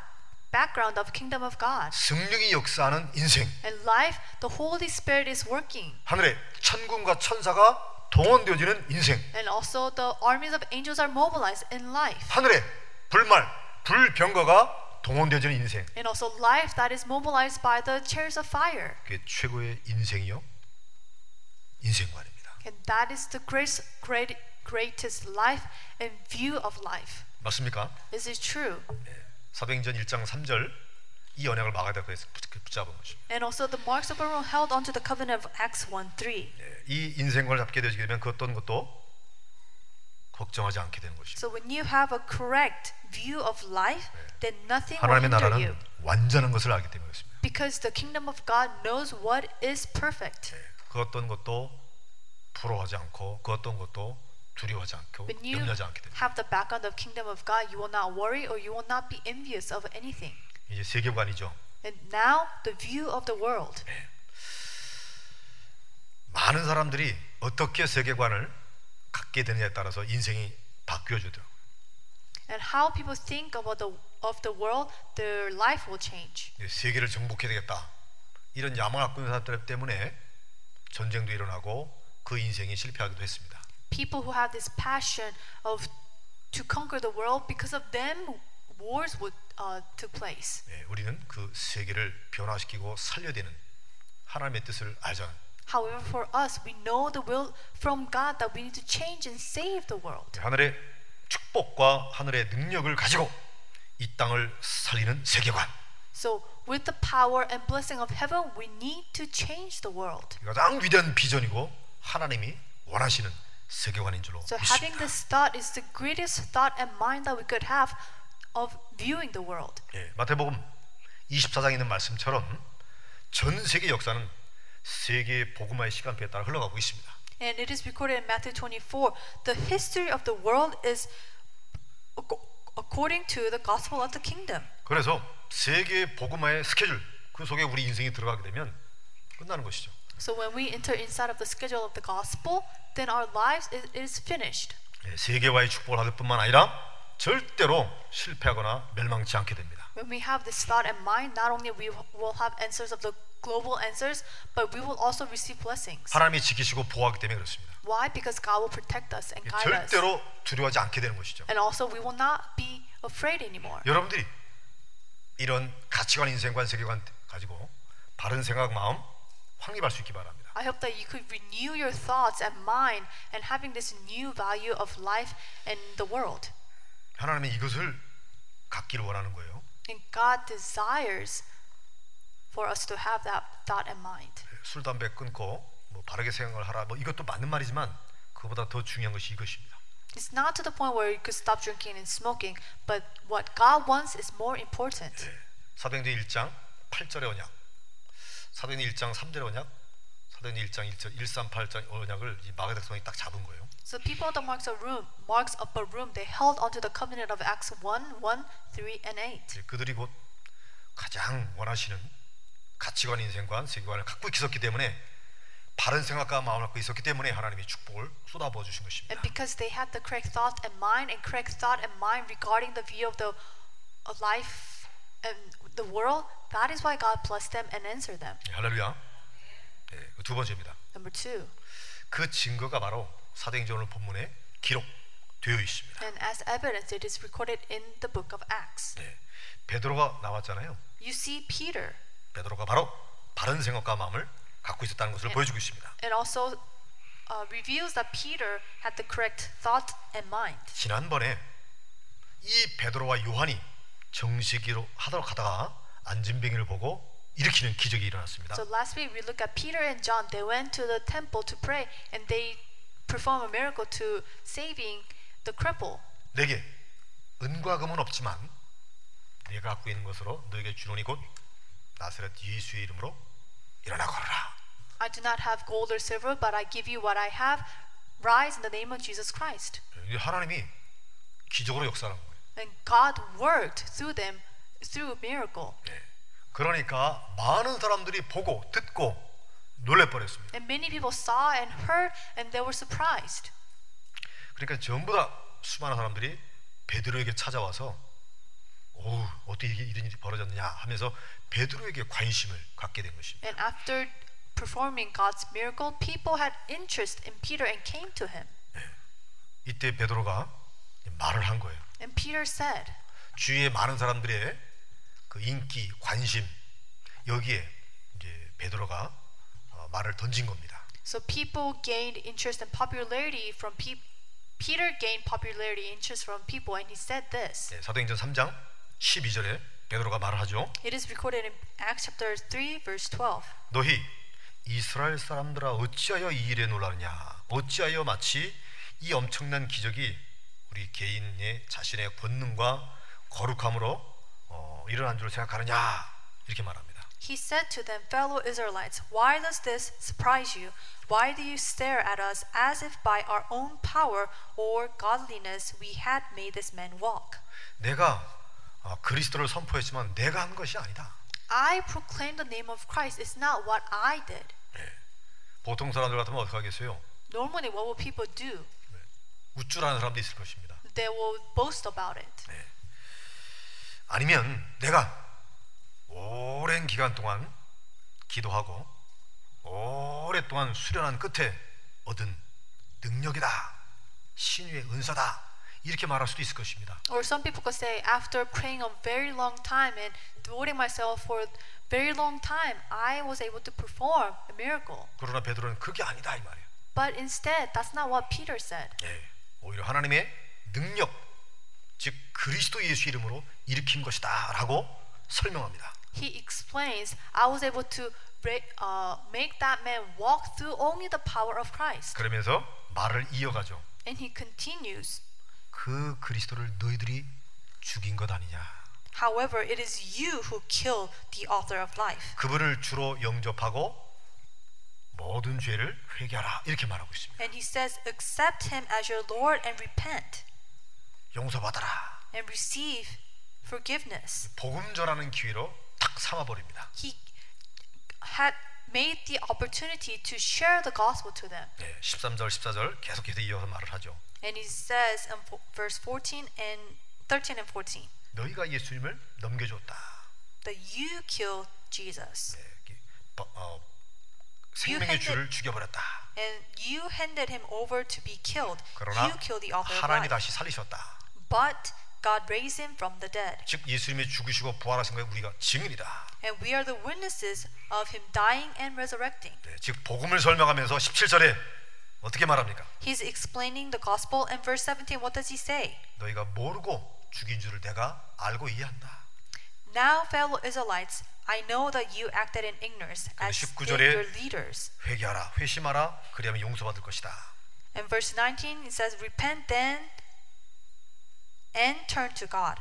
B: background of kingdom of God.
A: 성령이 역사하는 인생.
B: And life, the Holy Spirit is working.
A: 하늘의 천군과 천사가 동원되어지는 인생.
B: And also the armies of angels are mobilized in life.
A: 하늘의 불말, 불병거가 동원되어지는 인생.
B: And also life that is mobilized by the chariots of fire.
A: 그게 최고의 인생이요. 인생관입니다.
B: And that is the greatest, great, greatest life and view of life.
A: 맞습니까?
B: This is true.
A: 사도행전 1장 3절 이 언약을 막아다 그래서 붙- 그 붙잡은 것이죠.
B: And also the marks of Aaron held onto the covenant of Acts 1 3.
A: 예, 이 인생관을 잡게 되게 되면 그 어떤 것도 걱정하지 않게 되는 것이죠.
B: So when you have a correct view of life, then nothing will
A: 하나님의
B: hinder you.
A: 나라는 완전한 것을 알기 때문에 그렇습니다.
B: Because the kingdom of God knows what is perfect.
A: 예, 그 어떤 것도 부러워하지 않고 그 어떤 것도 두려워하지 않고
B: When you
A: 염려하지 않게 됩니다.
B: have the background of kingdom of God, you will not worry or you will not be envious of anything.
A: 이제 세계관이죠.
B: And now the view of the world.
A: 많은 사람들이 어떻게 세계관을 갖게 되느냐에 따라서 인생이 바뀌어지더라고요.
B: And how people think about the of the world, their life will change.
A: 이제 세계를 정복해야 되겠다. 이런 야망을 갖고 있는 사람들 때문에 전쟁도 일어나고 그 인생이 실패하기도 했습니다.
B: People who have this passion of to conquer the world, because of them, wars would uh, took place.
A: 예, 우리는 그 세계를 변화시키고 살려되는 하나님의 뜻을 알잖아요.
B: However, for us, we know the will from God that we need to change and save the world.
A: 그 하늘의 축복과 하늘의 능력을 가지고 이 땅을 살리는 세계관.
B: So, with the power and blessing of heaven, we need to change the world.
A: 이게 가장 위대한 비전이고 하나님이 원하시는 세계관인 줄로
B: So, having
A: 믿습니다.
B: this thought is the greatest thought and mind that we could have of viewing the world.
A: 예, 마태복음 24장에 있는 말씀처럼 전 세계 역사는 세계 복음화의 시간표에 따라 흘러가고 있습니다.
B: And it is recorded in Matthew 24. The history of the world is ac- according to the gospel of the kingdom.
A: 그래서 세계 복음화의 스케줄 그 속에 우리 인생이 들어가게 되면 끝나는 것이죠.
B: So, when we enter inside of the schedule of the gospel, then our lives is, is finished.
A: 예, 세계화의 축복을 받을 뿐만 아니라 절대로 실패하거나 멸망치 않게 됩니다.
B: When we have this thought in mind, not only we will have answers of the global answers, but we will also receive blessings.
A: 하나님이 지키시고 보호하기 때문에 그렇습니다.
B: Why? Because God will protect us and
A: 예,
B: guide us.
A: 절대로 두려워하지 않게 되는 것이죠.
B: And also, we will not be afraid anymore.
A: 여러분들이 이런 가치관, 인생관, 세계관 가지고 바른 생각, 마음 확립할 수 있기 바랍니다.
B: I hope that you could renew your thoughts and mind and having this new value of life and the world.
A: 하나님이 이것을 갖기를 원하는 거예요.
B: And God desires for us to have that thought in mind.
A: 술 담배 끊고 뭐 바르게 생각을 하라 뭐 이것도 맞는 말이지만 그보다 더 중요한 것이 이것입니다.
B: It's not to the point where you could stop drinking and smoking, but what God wants is more important.
A: 사도행전 1장 8절의 언약, 사도행전 1장 3절의 언약, 사도행전 1장 1절 138장 언약을 이 마가닥 성이 딱 잡은 거예요.
B: So people of the marks of room, marks upper room, they held onto the covenant of Acts 1, 1, 3, and 8.
A: 이제 그들이 곧 가장 원하시는 가치관, 인생관, 세계관을 갖고 있었기 때문에 바른 생각과 마음을 갖고 있었기 때문에 하나님이 축복을 쏟아부어 주신 것입니다.
B: And because they had the correct thought and mind and correct thought and mind regarding the view of the of life and the world, that is why God blessed them and answered them.
A: 예, 할렐루야. 예, 그두 번째입니다.
B: Number two.
A: 그 증거가 바로 사도행전 오늘 본문에 기록되어 있습니다.
B: And as evidence it is recorded in the book of Acts.
A: 예, 베드로가 나왔잖아요.
B: You see Peter
A: 베드로가 바로 바른 생각과 마음을 갖고 있었다는 것을 보여주고 있습니다.
B: and also uh, reveals that Peter had the correct thought and mind.
A: 지난번에 이 베드로와 요한이 정식으로 하도록 하다가 안진뱅이를 보고 일으키는 기적이 일어났습니다.
B: So last week we looked at Peter and John. They went to the temple to pray and they performed a miracle to saving the cripple.
A: 내게 은과 금은 없지만 내가 갖고 있는 것으로 너에게 주노니 곧 나사렛 예수의 이름으로 일어나 걸어라.
B: I do not have gold or silver, but I give you what I have. Rise in the name of Jesus Christ.
A: 이게 하나님이 기적으로 역사하는 거예요.
B: And God worked through them through a miracle.
A: 네. 그러니까 많은 사람들이 보고 듣고 놀래버렸습니다.
B: And many people saw and heard and they were surprised.
A: 그러니까 전부 다 수많은 사람들이 베드로에게 찾아와서 어우 어떻게 이게 이런 일이 벌어졌느냐 하면서 베드로에게 관심을 갖게 된 것입니다.
B: And after performing God's miracle, people had interest in Peter and came to him.
A: 이때 베드로가 말을 한 거예요.
B: And Peter said,
A: 주위의 많은 사람들의 그 인기, 관심 여기에 이제 베드로가 어, 말을 던진 겁니다.
B: So people gained interest and popularity from people. Peter gained popularity, interest from people, and he said this.
A: 네, 사도행전 3장 12절에 베드로가 말을 하죠.
B: It is recorded in Acts chapter 3, verse 12.
A: 너희 이스라엘 사람들아 어찌하여 이 일에 놀라느냐 어찌하여 마치 이 엄청난 기적이 우리 개인의 자신의 권능과 거룩함으로 어, 일어난 줄 생각하느냐 이렇게 말합니다
B: He said to them, Fellow Israelites, why does this surprise you? Why do you stare at us as if by our own power or godliness we had made this man walk?
A: 내가 어, 그리스도를 선포했지만 내가 한 것이 아니다
B: I proclaim the name of Christ. It's not what I did.
A: 예. 보통 사람들 같으면 어떻게 하겠어요
B: Normally, what will people do?
A: 우쭐하는 사람도 있을 것입니다
B: They will boast about it.
A: 네. 아니면 내가 오랜 기간 동안 기도하고 오랫동안 수련한 끝에 얻은 능력이다 신유의 은사다 이렇게 말할 수도 있을 것입니다
B: Or some people could say, after praying a very long time and devoting myself for a very long time, I was able to perform a miracle.
A: 그러나 베드로는 그게 아니다 이 말이에요
B: But instead, that's not what Peter said.
A: 예, 오히려 하나님의 능력 즉 그리스도 예수 이름으로 일으킨 것이다 라고 설명합니다
B: He explains, I was able to ra- uh, make that man walk through only the power of Christ.
A: 그러면서 말을 이어가죠
B: And he continues,
A: 그 그리스도를 너희들이 죽인 것 아니냐
B: However, it is you who kill the author of life.
A: 그분을 주로 영접하고 모든 죄를 회개하라 이렇게 말하고 있습니다.
B: And he says, Accept him as your Lord and repent
A: 용서받아라.
B: and receive forgiveness.
A: 복음 전하는 기회로 탁 삼아 버립니다.
B: He had made the opportunity to share the gospel to them.
A: 네, 13절 14절 계속해서 이어서 말을 하죠.
B: And he says in fo- verse 14 and 13 and 14
A: 너희가 예수님을 넘겨줬다.
B: that you killed Jesus
A: 네, 이렇게 버- 어,
B: You
A: 생명의
B: handed-
A: 주를 죽여버렸다.
B: and you handed him over to be killed.
A: 그러나
B: You killed the author of
A: 하나님이
B: life.
A: 다시 살리셨다.
B: But God raised him from the dead.
A: 즉 예수님이 죽으시고 부활하신 것에 우리가 증인이다.
B: And we are the witnesses of him dying and resurrecting.
A: 네, 즉 복음을 설명하면서 17절에 어떻게 말합니까?
B: He's explaining the gospel in verse 17. What does he say?
A: 너희가 모르고 죽인 줄을 내가 알고 이해한다.
B: Now, fellow Israelites, I know that you acted in ignorance as did
A: 19 절에
B: your leaders.
A: 회개하라 회심하라 그리하면 용서받을 것이다
B: In verse 19, it says, Repent then and turn to God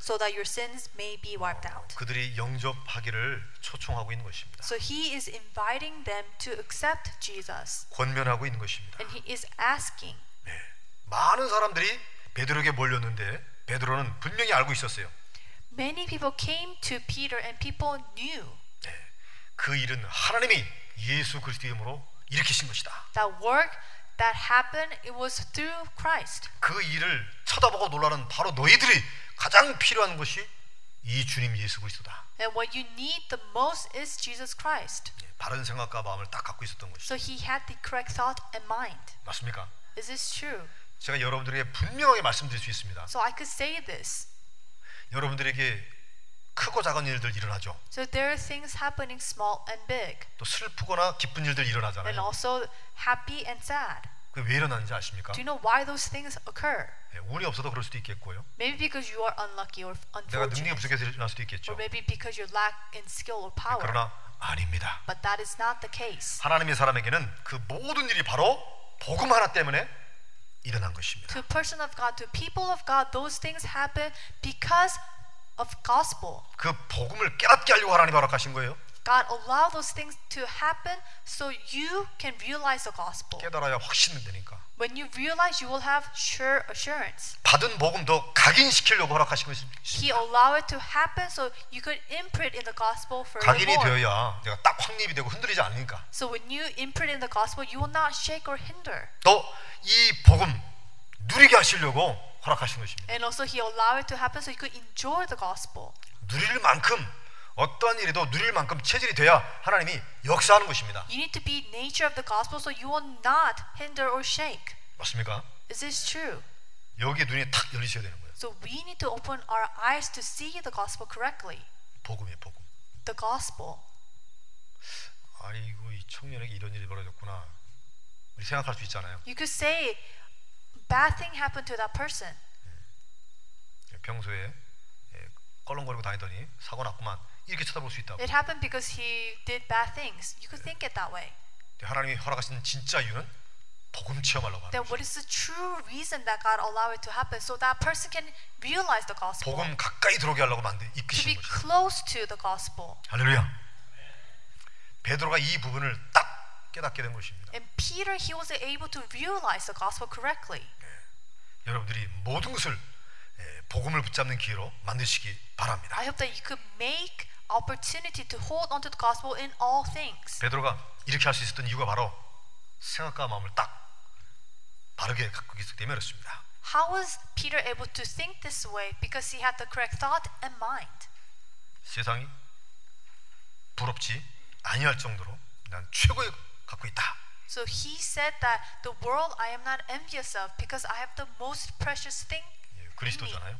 B: so that your sins may be wiped out.
A: 그들이 영접하기를 초청하고 있는 것입니다
B: So he is inviting them to accept Jesus.
A: 권면하고 있는 것입니다
B: And he is asking.
A: 네. 많은 사람들이 베드로에게 몰렸는데 베드로는 분명히 알고 있었어요
B: Many people came to Peter and people knew
A: 네. 그 일은 하나님이 예수 그리스도의 이름으로 일으키신 것이다.
B: That work that happened, it was through Christ.
A: 그 일을 쳐다보고 놀라는 바로 너희들이 가장 필요한 것이 이 주님 예수 그리스도다.
B: And what you need the most is Jesus Christ.
A: 예, 바른 생각과 마음을 딱 갖고 있었던 것이죠.
B: So he had the correct thought and mind.
A: 맞습니까?
B: Is this true?
A: 제가 여러분들에게 분명하게 말씀드릴 수 있습니다.
B: So I could say this.
A: 여러분들에게 크고 작은 일들 일어나죠.
B: So there are things happening small and big,
A: 또 슬프거나 기쁜 일들
B: and
A: 일어나잖아요.
B: also happy and sad.
A: 그게 왜 일어나는지 아십니까?
B: Do you know why those things occur?
A: 예, 운이 없어서 그럴 수도 있겠고요.
B: Maybe because you are unlucky or
A: 내가 능력이
B: unfortunate,
A: 부족해서 일어날 수도 있겠죠.
B: or maybe because you lack in skill or power.
A: 그러나 아닙니다.
B: But that is not the case.
A: 하나님의 사람에게는 그 모든 일이 바로 복음 하나 때문에 일어난 것입니다.
B: To a person of God, to people of God, those things happen because of gospel.
A: 그 복음을 깨닫게 하려고 하나님 허락하신 거예요.
B: God allow those things to happen so you can realize the gospel.
A: 깨달아야 확신이 되니까.
B: When you realize, you will have sure assurance.
A: 받은 복음 더 각인시키려고 허락하신 것입니다.
B: He allowed it to happen so you could imprint in the gospel
A: 각인이
B: furthermore.
A: 되어야 내가 딱 확립이 되고 흔들리지 않으니까.
B: So when you imprint in the gospel, you will not shake or hinder.
A: 또 이 복음 누리게 하시려고 허락하신 것입니다.
B: And also, He allowed it to happen so you could enjoy the gospel.
A: 누릴 만큼 어떠한 일에도 누릴 만큼 체질이 돼야 하나님이 역사하는 것입니다.
B: You need to be nature of the gospel so you will not hinder or shake.
A: 맞습니까?
B: Is this true?
A: 여기에 눈이 탁 열리셔야 되는 거예요.
B: So we need to open our eyes to see the gospel correctly.
A: 복음이 복음.
B: The gospel.
A: 아이고 이 청년에게 이런 일이 벌어졌구나. 우리 생각할 수 있잖아요.
B: You could say, bad thing happened to that person.
A: 평소에 예, 껄렁거리고 다니더니 사고 났구만 이렇게 쳐다볼 수 있다고.
B: It happened because he did bad things. You could think it that way.
A: 근데 하나님이 허락하신 진짜 이유는 복음 체험하려고 하는
B: Then
A: 거예요.
B: what is the true reason that God allowed it to happen so that person can realize the gospel?
A: 복음 가까이 들어오게 하려고 만든
B: To be
A: 이끄시는 거죠.
B: close to the gospel.
A: 할렐루야. 베드로가 이 부분을 딱 깨닫게 된 것입니다.
B: And Peter, he was able to realize the gospel correctly.
A: 여러분들이 모든 것을 예, 복음을 붙잡는 기회로 만드시기 바랍니다.
B: I hope that you could make opportunity to hold onto the gospel in all things.
A: 베드로가 이렇게 할 수 있었던 이유가 바로 생각과 마음을 딱 바르게 갖고 있기 때문에 그렇습니다.
B: How was Peter able to think this way? Because he had the correct thought and mind.
A: 세상이 부럽지 아니할 정도로 난 최고의 갖고 있다.
B: So he said that the world I am not envious of because I have the most precious thing.
A: 예,
B: in me.
A: 그리스도잖아요.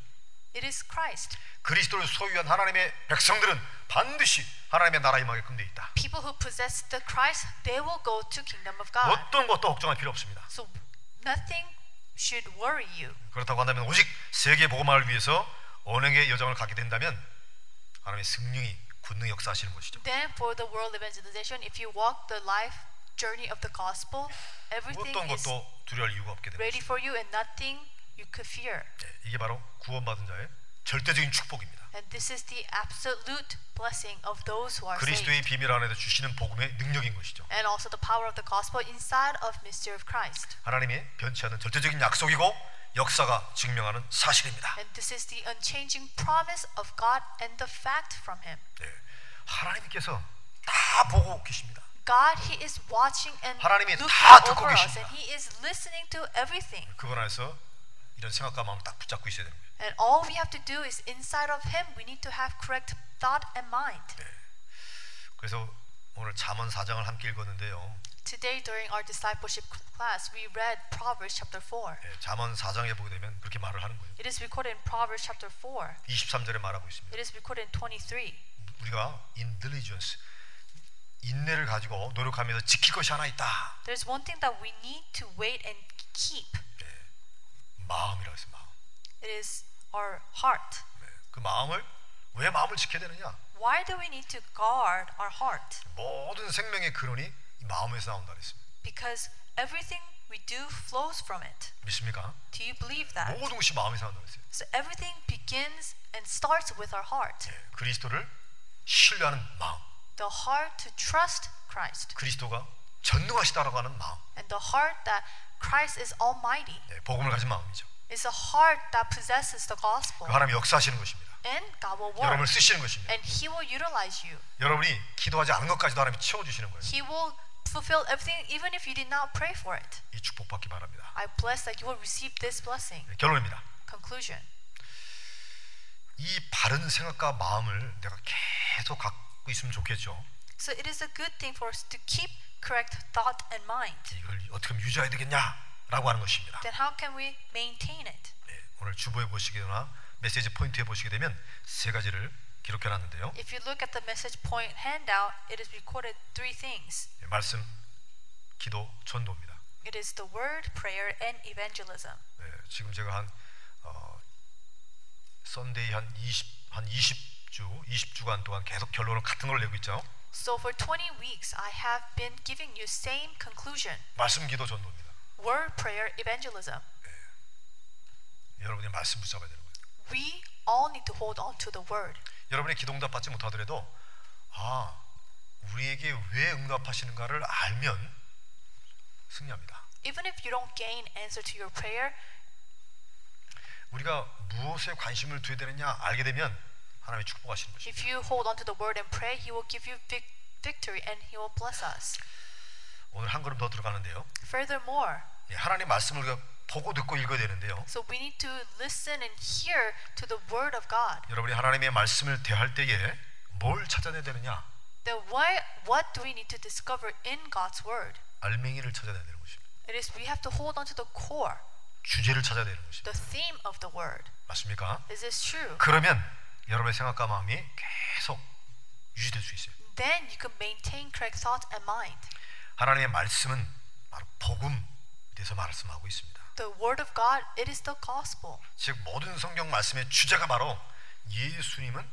B: It is Christ.
A: 그리스도를 소유한 하나님의 백성들은 반드시 하나님의 나라에 임하게끔 돼 있다.
B: People who possess the Christ, they will go to kingdom of God.
A: 어떤 것도 걱정할 필요 없습니다.
B: So nothing should worry you.
A: 그렇다고 한다면 오직 세계 복음화를 위해서 언행의 여정을 가게 된다면 하나님의 승리이 군능 역사하시는 것이죠.
B: Then for the world evangelization, if you walk the life journey of the gospel, everything
A: 어떤
B: is
A: 것도 두려울 이유가 없게 됩니다.
B: ready for you and nothing you could fear.
A: 예, 이게 바로 구원받은 자의 절대적인 축복입니다.
B: And this is the absolute blessing of those who are
A: 그리스도의
B: saved.
A: 비밀 안에서 주시는 복음의 능력인 것이죠.
B: And also the power of the gospel inside of mystery of Christ.
A: 하나님의 변치 않는 절대적인 약속이고 역사가 증명하는 사실입니다.
B: And this is the unchanging promise of God and the fact from him.
A: 예, 하나님께서 다 보고 계십니다.
B: God, he is watching and
A: 하나님이
B: looking
A: 다 듣고
B: over us
A: 계십니다.
B: and he is listening to everything.
A: 그분 안에서 이런 생각과 마음을 딱 붙잡고 있어야 됩니다.
B: And all we have to do is inside of him we need to have correct thought and mind.
A: 그래서 오늘 잠언 4장을 함께 읽었는데요.
B: Today during our discipleship cl- class we read Proverbs chapter 4.
A: 예, 잠언 4장에 보게 되면 그렇게 말을 하는 거예요.
B: It is recorded in Proverbs chapter 4.
A: 23절에 말하고 있습니다.
B: It is recorded in 23.
A: 우리가 intelligence 인내를 가지고 노력하면서 지킬 것이 하나 있다.
B: There's one thing that we need to wait and keep.
A: 예, 마음이라고 해서 마음.
B: It is our heart.
A: 네, 그 마음을 왜 마음을 지켜야 되느냐?
B: Why do we need to guard our heart?
A: 모든 생명의 근원이 이 마음에서 나온다 그랬습니다.
B: Because everything we do flows from it.
A: 믿습니까?
B: Do you believe that?
A: 모든 것이 마음에서 나온다 그랬어요.
B: So everything begins and starts with our heart.
A: 예, 그리스도를 신뢰하는 마음,
B: The heart to trust Christ
A: 그리스도가 전능하시다라고 하는 마음,
B: and the heart that Christ is almighty.
A: 예, 복음을 가진 마음이죠.
B: It's a heart that possesses the gospel.
A: 그 하나님이 역사하시는 것입니다.
B: and God will work.
A: 여러분을 쓰시는 것입니다.
B: And He will utilize you.
A: 여러분이 기도하지 않은 것까지도 하나님이 채워주시는 거예요.
B: He will fulfill everything, even if you did not pray for it.
A: 이 예, 축복받기 바랍니다.
B: I bless that you will receive this blessing.
A: 네, 결론입니다.
B: Conclusion.
A: 이 바른 생각과 마음을 내가 계속 갖고 있으면 좋겠죠.
B: So it is a good thing for us to keep correct thought and mind.
A: 이걸 어떻게 하면 유지해야 되겠냐라고 하는 것입니다.
B: Then how can we maintain it?
A: 네, 오늘 주보에 보시거나 메시지 포인트에 보시게 되면 세 가지를 기록해놨는데요.
B: If you look at the message point handout, it is recorded three things.
A: 네, 말씀, 기도, 전도입니다.
B: It is the word, prayer, and evangelism.
A: 네, 지금 제가 한 어, 썬데이 한 20, 한 20주, 20주간 동안 계속 결론을 같은 걸 내고 있죠.
B: So for 20 weeks, I have been giving you same conclusion:
A: 말씀, 기도, 전도입니다.
B: word, prayer, evangelism.
A: 여러분이 말씀 붙잡아야 되는 거예요.
B: We all need to hold on to the word.
A: 여러분의 기도 응답 받지 못하더라도 아 우리에게 왜 응답하시는가를 알면 승리합니다.
B: Even if you don't gain answer to your prayer,
A: 우리가 무엇에 관심을 두어야 되느냐 알게 되면 하나님이 축복하시는 것입니다.
B: if you hold on to the word and pray, He will give you vic- victory and He will bless us.
A: 오늘 한 걸음 더 들어가는데요.
B: Furthermore,
A: 예, 하나님 말씀을 우리가 보고 듣고 읽어야 되는데요.
B: so we need to listen and hear to the word of God.
A: 여러분이 하나님의 말씀을 대할 때에 뭘 찾아내야 되느냐
B: Then why, what do we need to discover in God's word?
A: 알맹이를 찾아내야 되는 것입니다.
B: It is we have to hold on to the core,
A: 주제를 찾아야 되는 것입니다.
B: the theme of the word.
A: 맞습니까?
B: Is this true?
A: 그러면 여러분의 생각과 마음이 계속 유지될 수 있어요.
B: Then you can maintain correct thought and mind.
A: 하나님의 말씀은 바로 복음에 대해서 말씀하고 있습니다.
B: The word of God, it is the gospel.
A: 즉 모든 성경 말씀의 주제가 바로 예수님은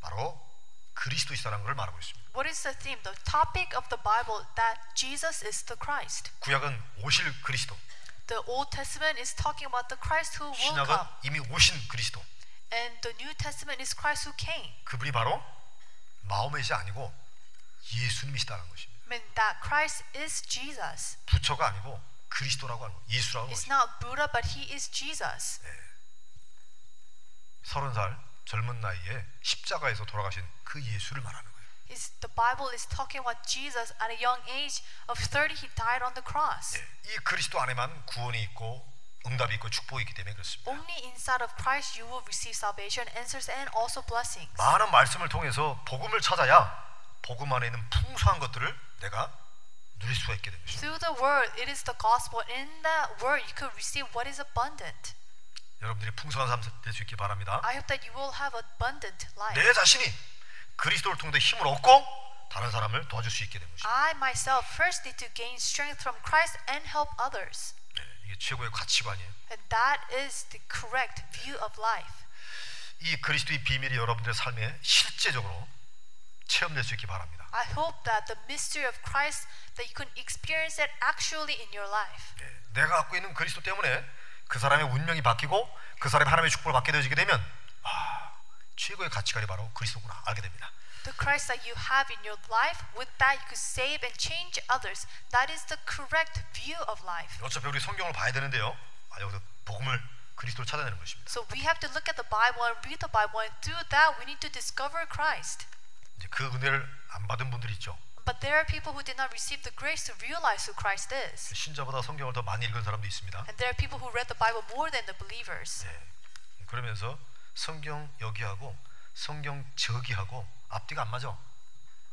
A: 바로 그리스도이시다라는 걸 말하고 있습니다.
B: What is the theme? The topic of the Bible that Jesus is the Christ.
A: 구약은 오실 그리스도,
B: The Old Testament is talking about the Christ who will
A: 신약은
B: come,
A: 이미 오신 그리스도.
B: and the New Testament is Christ who came.
A: 그분이 바로 마음의시 아니고 예수님이시다라는 것입니다.
B: I mean that Christ is Jesus.
A: 부처가 아니고 그리스도라고 하는 거, 예수라고 하는
B: It's
A: 거죠.
B: not Buddha, but he is Jesus.
A: 서른 살 젊은 나이에 십자가에서 돌아가신 그 예수를 말하는 거예요.
B: It's, the Bible is talking about Jesus at a young age of 30, he died on the cross.
A: 이 그리스도 안에만 구원이 있고 응답이 있고 축복이 있기 때문에 그렇습니다.
B: Only inside of Christ you will receive salvation, answers, and also blessings.
A: 많은 말씀을 통해서 복음을 찾아야 복음 안에 있는 풍성한 것들을 내가 누릴 수가 있게 되는 것입니다.
B: Through the word, it is the gospel. In that word, you could receive what is abundant.
A: 여러분들이 풍성한 삶 될 수 있기 바랍니다.
B: I hope that you will have abundant life.
A: 내 자신이 그리스도를 통해 힘을 얻고 다른 사람을 도와줄 수 있게 되는 것입니다.
B: I myself first need to gain strength from Christ and help others.
A: 네, 이게 최고의 가치관이에요.
B: And that is the correct view of life.
A: 이 그리스도의 비밀이 여러분들의 삶에 실제적으로 체험될 수 있기 바랍니다.
B: I hope that the mystery of Christ that you can experience it actually in your life.
A: 네, 내가 갖고 있는 그리스도 때문에 그 사람의 운명이 바뀌고 그 사람이 하나님의 축복을 받게 되어지게 되면 아, 최고의 가치관이 바로 그리스도구나 알게 됩니다.
B: The Christ that you have in your life, with that you could save and change others. That is the correct view of life.
A: 어차피 우리 성경을 봐야 되는데요. 아, 여기서 복음을 그리스도를 찾아내는 것입니다.
B: So we have to look at the Bible and read the Bible, and through that we need to discover Christ.
A: 이제 그 은혜를 안 받은 분들이 있죠.
B: But there are people who did not receive the grace to realize who Christ is.
A: 그 신자보다 성경을 더 많이 읽은 사람도 있습니다.
B: And there are people who read the Bible more than the believers.
A: 네. 그러면서 성경 여기하고 성경 저기하고 앞뒤가 안 맞아.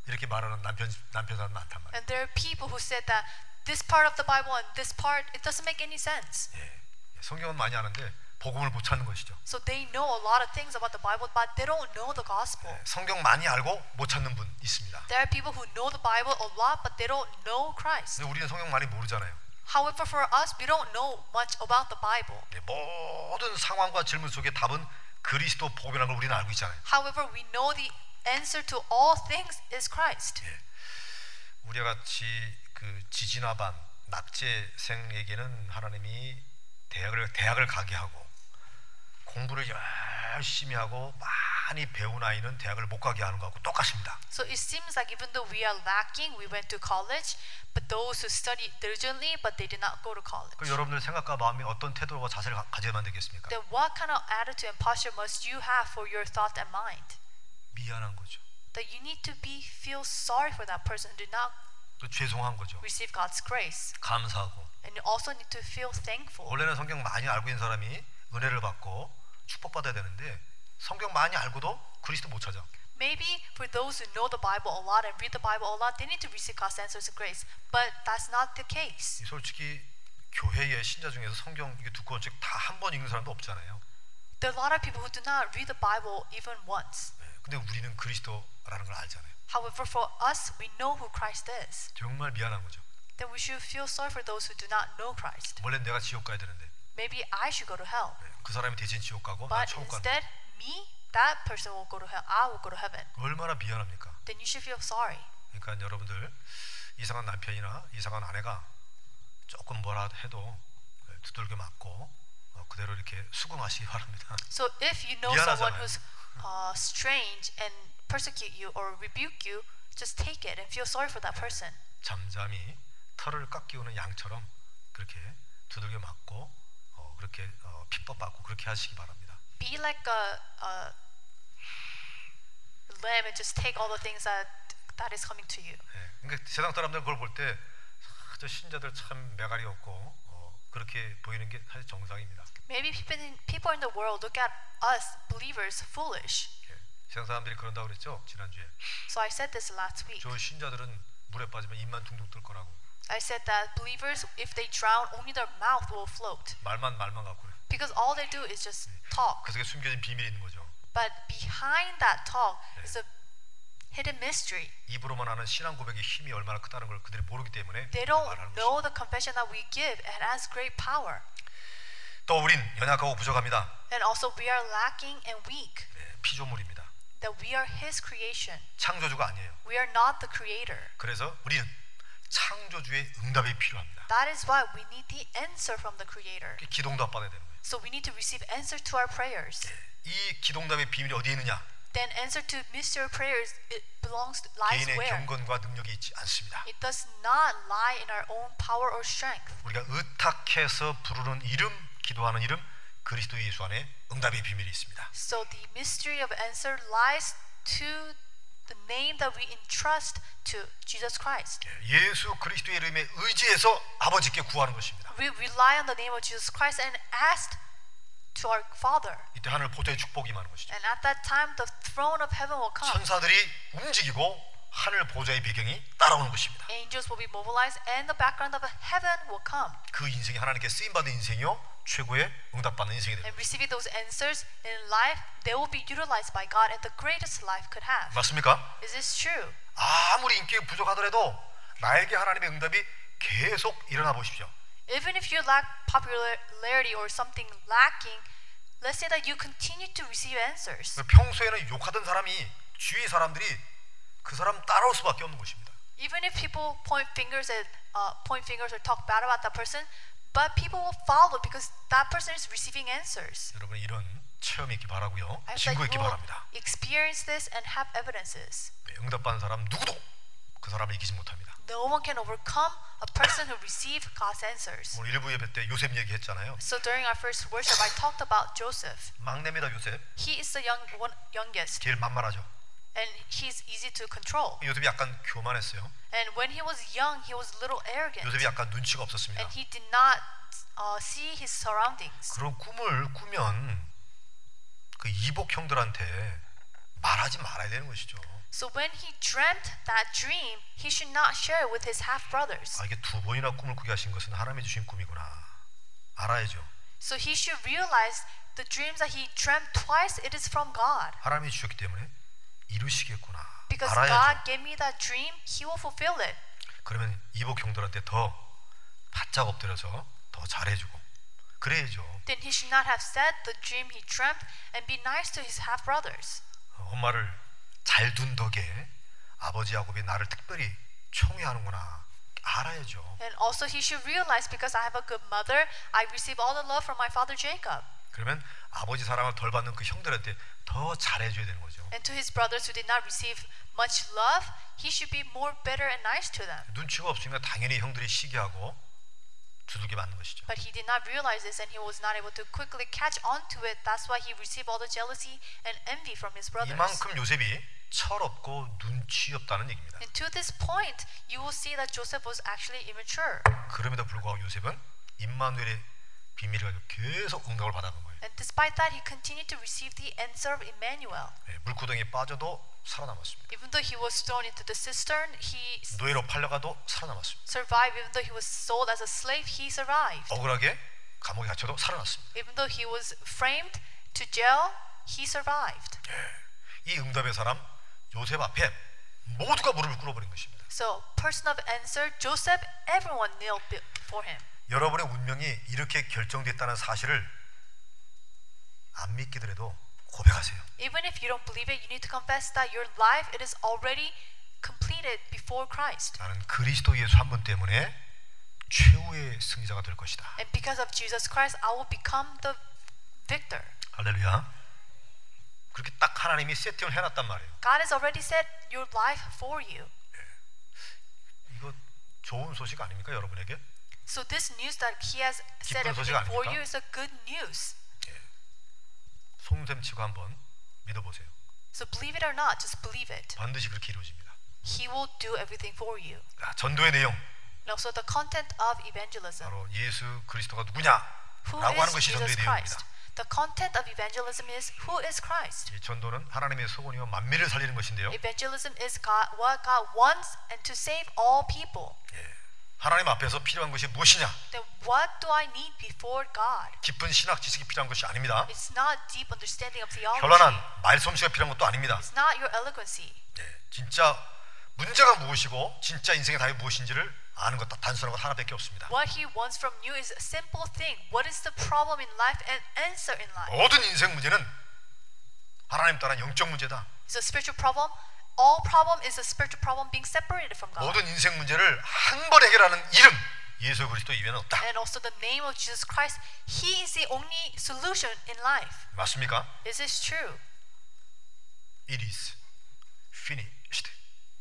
A: 이렇게 말하는 남편 남편 사람 많단 말이에요.
B: And there are people who said that this part of the Bible and this part, it doesn't make any sense.
A: 예. 성경은 많이 아는데 복음을 못 찾는 것이죠.
B: So they know a lot of things about the Bible, but they don't know the gospel.
A: 예, 성경 많이 알고 못 찾는 분 있습니다.
B: There are people who know the Bible a lot, but they don't know Christ.
A: 근데 우리는 성경 많이 모르잖아요.
B: However, for us, we don't know much about the Bible.
A: 네, 모든 상황과 질문 속에 답은 그리스도 복음이라는 걸 우리는 알고 있잖아요.
B: However, we know the answer to all things is Christ.
A: 우리와 같이 그 지진화반 낙제생에게는 하나님이 대학을 대학을 가게 하고 공부를 열심히 하고 많이 배운 아이는 대학을 못 가게 하는 거하고 똑같습니다.
B: So it seems like even though we are lacking, we went to college, but those who studied diligently but they did not go to college.
A: 그 여러분들 생각과 마음이 어떤 태도와 자세를 가- 가져야 만들겠습니까?
B: Then what kind of attitude and posture must you have for your thought and mind?
A: 미안한 거죠.
B: That you need to be feel sorry for that person, do not
A: 그 죄송한 거죠.
B: receive God's grace,
A: 감사하고
B: and you also need to feel thankful.
A: 원래는 성경 많이 알고 있는 사람이 은혜를 받고 축복받아야 되는데 성경 많이 알고도 그리스도 못 찾아.
B: Maybe for those who know the Bible a lot and read the Bible a lot, they need to receive God's answers of grace, but that's not the case.
A: 이 솔직히 교회의 신자 중에서 성경 이게 두꺼운 책 다 한 번 읽는 사람도 없잖아요.
B: There are a lot of people who do not read the Bible even once.
A: 예, 근데 우리는 그리스도라는 걸 알잖아요.
B: However, for us, we know who Christ is.
A: 정말 미안한 거죠.
B: then we should feel sorry for those who do not know Christ.
A: 원래 내가 지옥 가야 되는데
B: Maybe I should go to hell,
A: 예, 그 사람이 대신 지옥 가고 난
B: but
A: 천국 가는
B: instead, me, that person will go to hell. I will go to heaven.
A: 거. 얼마나 미안합니까?
B: Then you should feel sorry.
A: 그러니까 여러분들 이상한 남편이나 이상한 아내가 조금 뭐라 해도 네, 두들겨 맞고 어, 그대로 이렇게 수긍하시기 바랍니다.
B: So if you know
A: 미안하잖아요.
B: someone who's uh, strange and persecute you or rebuke you, just take it and feel sorry for that person.
A: 잠잠히 털을 깎이우는 양처럼 그렇게 두들겨 맞고 어, 그렇게 어, 핍박 받고 그렇게 하시기 바랍니다.
B: Be like a, a lamb and just take all the things that that is coming to you.
A: 예, 그러니까 세상 사람들 그걸 볼 때 아, 저 신자들 참 매갈이 없고 어, 그렇게 보이는 게 사실 정상입니다.
B: Maybe people in, people in the world look at us believers foolish.
A: 예, 세상 사람들이 그런다고 그랬죠 지난주에
B: So I said this last week.
A: 저 신자들은 물에 빠지면 입만 둥둥 뜰 거라고
B: I said that believers, if they drown, only their mouth will float
A: 말만 말만 갖고요.
B: because all they do is just talk.
A: 그 속에 숨겨진 비밀이 있는 거죠.
B: But behind that talk is a hidden mystery.
A: 입으로만 하는 신앙 고백의 힘이 얼마나 크다는 걸 그들이 모르기 때문에
B: They don't
A: 말하는 것이죠.
B: know the confession that we give. It has great power.
A: 또 우린 연약하고 부족합니다.
B: And also, we are lacking and weak.
A: 예, 피조물입니다.
B: That we are His creation.
A: 창조주가 아니에요.
B: We are not the creator.
A: 그래서 우리는 창조주의 응답이 필요합니다.
B: That is why we need the answer from the creator.
A: 이렇게 기동답 받아야 되는 거예요.
B: So we need to receive answer to our prayers.
A: 이 기동답의 비밀이 어디에 있느냐?
B: Then answer to mystery prayers it belongs lies
A: 개인의
B: where?
A: 경건과 능력이 있지 않습니다.
B: It does not lie in our own power or strength.
A: 우리가 의탁해서 부르는 이름, 기도하는 이름, 그리스도 예수 안에 응답의 비밀이 있습니다.
B: So the mystery of answer lies to the name that we entrust to Jesus Christ.
A: 예수 그리스도의 이름에 의지해서 아버지께 구하는 것입니다.
B: We rely on the name of Jesus Christ and ask to our Father.
A: 이때 하늘 보좌의 축복이 많은 것이죠.
B: And at that time, the throne of heaven will come.
A: 천사들이 움직이고 하늘 보좌의 배경이 따라오는 것입니다.
B: Angels will be mobilized, and the background of heaven will come.
A: 그 인생이 하나님께 쓰임 받은 인생이요 최고의 응답받는 인생이 됩니다.
B: And receiving those answers in life, they will be utilized by God, and the greatest life could have.
A: 맞습니까?
B: Is this true?
A: 아무리 인기가 부족하더라도 나에게 하나님의 응답이 계속 일어나 보십시오.
B: Even if you lack popularity or something lacking, let's say that you continue to receive answers.
A: 평소에는 욕하던 사람이 주위 사람들이 그 사람 따라올 수밖에 없는 것입니다.
B: Even if people point fingers at uh, point fingers or talk bad about that person, but people will follow because that person is receiving answers.
A: 여러분 이런 체험이 있기 바라고요.
B: I
A: 증거
B: hope that
A: 있기
B: you will
A: 바랍니다. 네,
B: experience this and have evidences.
A: 응답받은 사람 누구도 그 사람을 이기지 못합니다.
B: No one can overcome a person who received God's answers.
A: 오늘 일부 예배 때 요셉 얘기했잖아요.
B: So during our first worship, I talked about Joseph.
A: 막내입니다 요셉.
B: He is the young one, youngest,
A: 제일 만만하죠.
B: and he's easy to control.
A: 요셉이 약간 교만했어요.
B: And when he was young, he was a little arrogant.
A: 요셉이 약간 눈치가 없었습니다.
B: and he did not uh, see his surroundings.
A: 그런 꿈을 꾸면 그 이복 형들한테 말하지 말아야 되는 것이죠.
B: So when he dreamt that dream, he should not share it with his half brothers.
A: 아 이게 두 번이나 꿈을 꾸게 하신 것은 하나님이 주신 꿈이구나. 알아야죠.
B: So he should realize the dreams that he dreamt twice, it is from God.
A: 하나님이 주셨기 때문에 이루시겠구나.
B: Because God
A: 알아야죠.
B: gave me that dream, he will fulfill it.
A: 그러면 이복 형들한테 더 바짝 엎드려서 더 잘해주고 그래야죠.
B: Then he should not have said the dream he dreamt and be nice to his half brothers.
A: 엄마를 잘 둔 덕에 아버지 야곱이 나를 특별히 총애하는구나. 알아야죠.
B: And also he should realize because I have a good mother, I receive all the love from my father Jacob.
A: 그러면 아버지 사랑을 덜 받는 그 형들한테 더 잘해줘야 되는 거죠.
B: And to his brothers who did not receive much love, he should be more better and nice to them.
A: 눈치가 없으니까 당연히 형들이 시기하고 두들겨 맞는 것이죠.
B: But he did not realize this and he was not able to quickly catch on to it. That's why he received all the jealousy and envy from his brothers.
A: 이만큼 요셉이 철없고 눈치 없다는 얘기입니다.
B: And to this point, you will see that Joseph was actually immature.
A: 그럼에도 불구하고 요셉은 임마누엘의 비밀을 가지고 계속 응답을 받아간 거예요.
B: And despite that, he continued to receive the answer of Emmanuel.
A: 예, 물구덩이에 빠져도 살아남았습니다.
B: Even though he was thrown into the cistern, he s-
A: 노예로 팔려가도 살아남았습니다.
B: survived. Even though he was sold as a slave, he survived.
A: 억울하게 감옥에 갇혀도 살아났습니다.
B: Even though he was framed to jail, he survived.
A: 이 응답의 사람 요셉 앞에 모두가 무릎을 꿇어버린 것입니다.
B: So, person of answer, Joseph, everyone knelt be- before him.
A: 여러분의 운명이 이렇게 결정됐다는 사실을 안 믿기더라도 고백하세요.
B: Even if you don't believe it, you need to confess that your life it is already completed before Christ.
A: 나는 그리스도 예수 한 분 때문에 최후의 승리자가 될 것이다.
B: And because of Jesus Christ, I will become the victor.
A: 할렐루야. 그렇게 딱 하나님이 세팅을 해놨단 말이에요.
B: God has already set your life for you.
A: 이거 좋은 소식 아닙니까 여러분에게?
B: So this news that he has set
A: 기쁜 소식
B: everything for
A: 아닙니까?
B: you is a good news.
A: 예. 송샘치고 한번 믿어보세요.
B: So believe it or not, just believe it.
A: 반드시 그렇게 이루어집니다.
B: He will do everything for you.
A: 자, 전도의 내용
B: And also the content of evangelism.
A: 바로 예수 그리스도가 누구냐라고
B: Who
A: 하는
B: is
A: 것이 전도의
B: Jesus Christ?
A: 내용입니다.
B: The content of evangelism is who is Christ?
A: 이 전도는 하나님의 소원이요 만민을 살리는 것인데요.
B: Evangelism is God, what God wants and to save all people.
A: 예. 하나님 앞에서 필요한 것이 무엇이냐?
B: Then what do I need before God?
A: 깊은 신학 지식이 필요한 것이 아닙니다.
B: It's not deep understanding of theology.
A: 결란한 말솜씨가 필요한 것도 아닙니다.
B: It's not your eloquency.
A: 예. 진짜 문제가 무엇이고 진짜 인생의 답이 무엇인지를 아는 것 다- 단순한 것 하나밖에 없습니다.
B: What he wants from you is a simple thing. What is the problem in life and answer in life?
A: 모든 인생 문제는 하나님 따라 영적 문제다.
B: It's a spiritual problem. All problem is a spiritual problem being separated from God.
A: 모든 인생 문제를 한 번 해결하는 이름 예수 그리스도 이외는 없다.
B: And also the name of Jesus Christ. He is the only solution in life.
A: 맞습니까?
B: Is this true?
A: It is finished.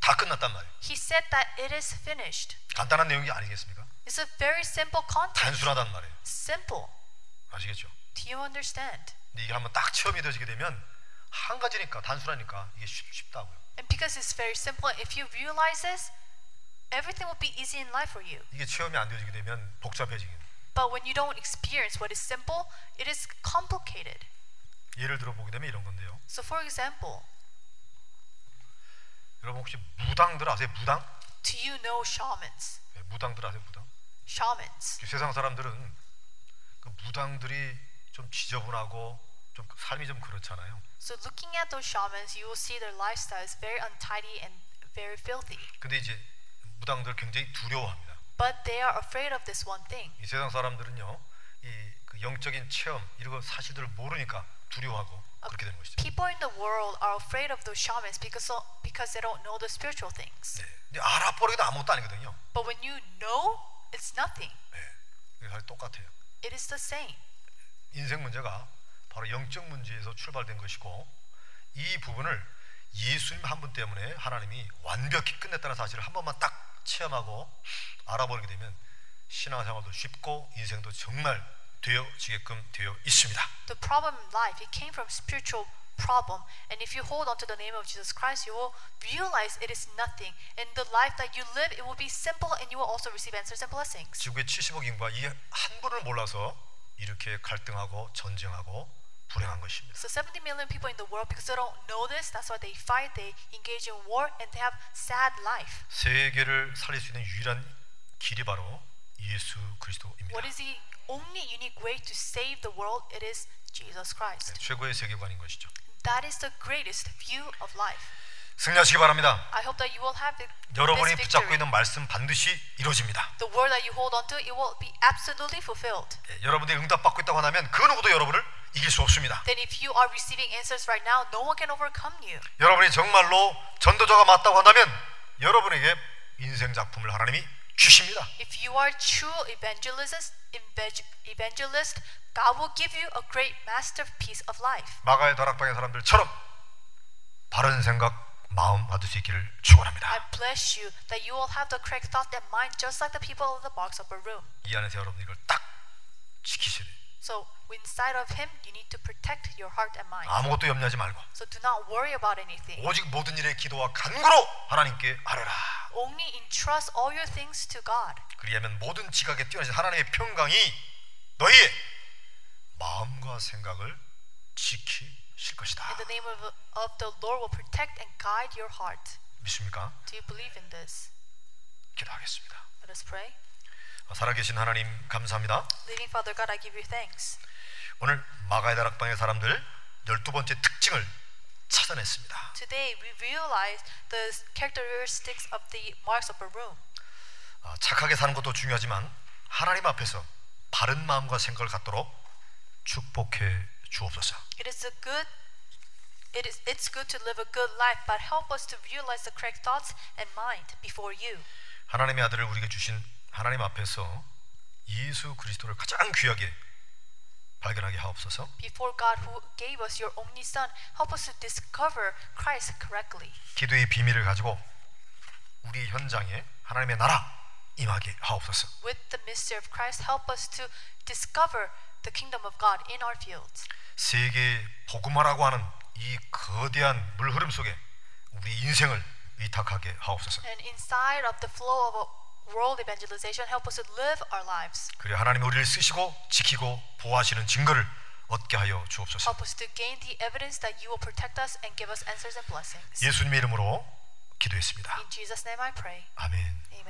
A: 다 끝났단 말이에요.
B: He said that it is finished.
A: 간단한 내용이 아니겠습니까?
B: It's a very simple content.
A: 단순하단 말이에요.
B: Simple.
A: 아시겠죠?
B: Do you understand?
A: 근데 이게 한번 딱 체험이 되시게 되면 한 가지니까 단순하니까 이게 쉽, 쉽다고요.
B: And because it's very simple, if you realize this, everything will be easy in life for you.
A: 이게 체험이 안 되어지게 되면 복잡해지긴.
B: But when you don't experience what is simple, it is complicated.
A: 예를 들어 보게 되면 이런 건데요.
B: So, for example,
A: 여러분 혹시 무당들 아세요? 무당?
B: do you know shamans?
A: 네, 무당들 아세요? 무당?
B: Shamans.
A: 이 세상 사람들은 그 무당들이 좀 지저분하고 좀 삶이 좀 그렇잖아요.
B: So, looking at those shamans, you will see their lifestyle is very untidy and very filthy.
A: 근데 이제 무당들 굉장히 두려워합니다.
B: But they are afraid of this one thing.
A: 이 세상 사람들은요, 이그 영적인 체험 이런 거 사실들을 모르니까 두려워하고 그렇게 되는 것이죠.
B: People in the world are afraid of those shamans because because they don't know the spiritual things.
A: 네. 근데 알아버리기도 아무것도 아니거든요.
B: But when you know, it's nothing.
A: 네. 이게 사실 똑같아요.
B: It is the same.
A: 인생 문제가 바로 영적 문제에서 출발된 것이고 이 부분을 예수님 한 분 때문에 하나님이 완벽히 끝냈다는 사실을 한 번만 딱 체험하고 알아버리게 되면 신앙생활도 쉽고 인생도 정말 되어지게끔 되어 있습니다.
B: The problem in life it came from spiritual problem, and if you hold on to the name of Jesus Christ, you will realize it is nothing. And the life that you live, it will be simple, and you will also receive answers and blessings.
A: 지구의 70억 인구가 이 한 분을 몰라서 이렇게 갈등하고 전쟁하고 불행한 것입니다.
B: So 70 million people in the world, because they don't know this, that's why they fight, they engage in war, and they have sad life.
A: 세계를 살릴 수 있는 유일한 길이 바로 예수 그리스도입니다.
B: What is the only unique way to save the world? It is Jesus Christ.
A: 네, 최고의 세계관인 것이죠.
B: That is the greatest view of life.
A: 승리하시기 바랍니다.
B: I hope that you will have the,
A: 여러분이
B: this
A: 붙잡고
B: victory.
A: 있는 말씀 반드시 이루어집니다.
B: The word that you hold on to, it will be absolutely fulfilled.
A: 예, 여러분들이 응답받고 있다고 하면 그 누구도 여러분을 이길 수 없습니다.
B: Then if you are receiving answers right now, no one can overcome you.
A: 여러분이 정말로 전도자가 맞다고 한다면 여러분에게 인생 작품을 하나님이 주십니다.
B: If you are true evangelist, evang- evangelist, God will give you a great masterpiece of life.
A: 마가의 다락방의 사람들처럼 바른 생각, 마음 받을 수 있기를 축원합니다.
B: I bless you that you will have the correct thought and mind just like the people in the box upper room.
A: 이 안에서 여러분 이걸 딱 지키셔야 돼요.
B: So inside of him, you need to protect your heart and mind.
A: 아무것도 염려하지 말고
B: So do not worry about anything.
A: 오직 모든 일에 기도와 간구로 하나님께 아뢰라.
B: Only entrust all your things to God.
A: 그리하면 모든 지각에 뛰어나신 하나님의 평강이 너희의 마음과 생각을 지키실 것이다.
B: In the name of, of the Lord will protect and guide your heart.
A: 믿습니까?
B: Do you believe in this?
A: 기도하겠습니다.
B: Let us pray.
A: 살아계신 하나님 감사합니다.
B: Living Father God, I give you thanks.
A: 오늘 마가의 다락방의 사람들 열두 번째 특징을 찾아냈습니다.
B: Today we realize the characteristics of the marks of a room.
A: 아, 착하게 사는 것도 중요하지만 하나님 앞에서 바른 ma음과 생각을 갖도록 축복해 주옵소서.
B: It is a good it is it's good to live a good life, but help us to realize the correct thoughts and mind before you.
A: 하나님의 아들을 우리에게 주신 하나님 앞에서 예수 그리스도를 가장 귀하게 발견하게 하옵소서.
B: Before God who gave us your only son, help us to discover Christ correctly.
A: 기도의 비밀을 가지고 우리 현장에 하나님의 나라 임하게 하옵소서.
B: With the mystery of Christ, help us to discover the kingdom of God in our fields.
A: 세계 복음화라고 하는 이 거대한 물흐름 속에 우리 인생을 의탁하게 하옵소서.
B: And inside of the flow of a world evangelization, help us to live our lives.
A: 그래 하나님 우리를 쓰시고 지키고 보호하시는 증거를 얻게 하여 주옵소서.
B: Help us to gain the evidence that you will protect us and give us answers and blessings.
A: 예수님의 이름으로 기도했습니다.
B: In Jesus' name I pray.
A: 아멘.
B: Amen.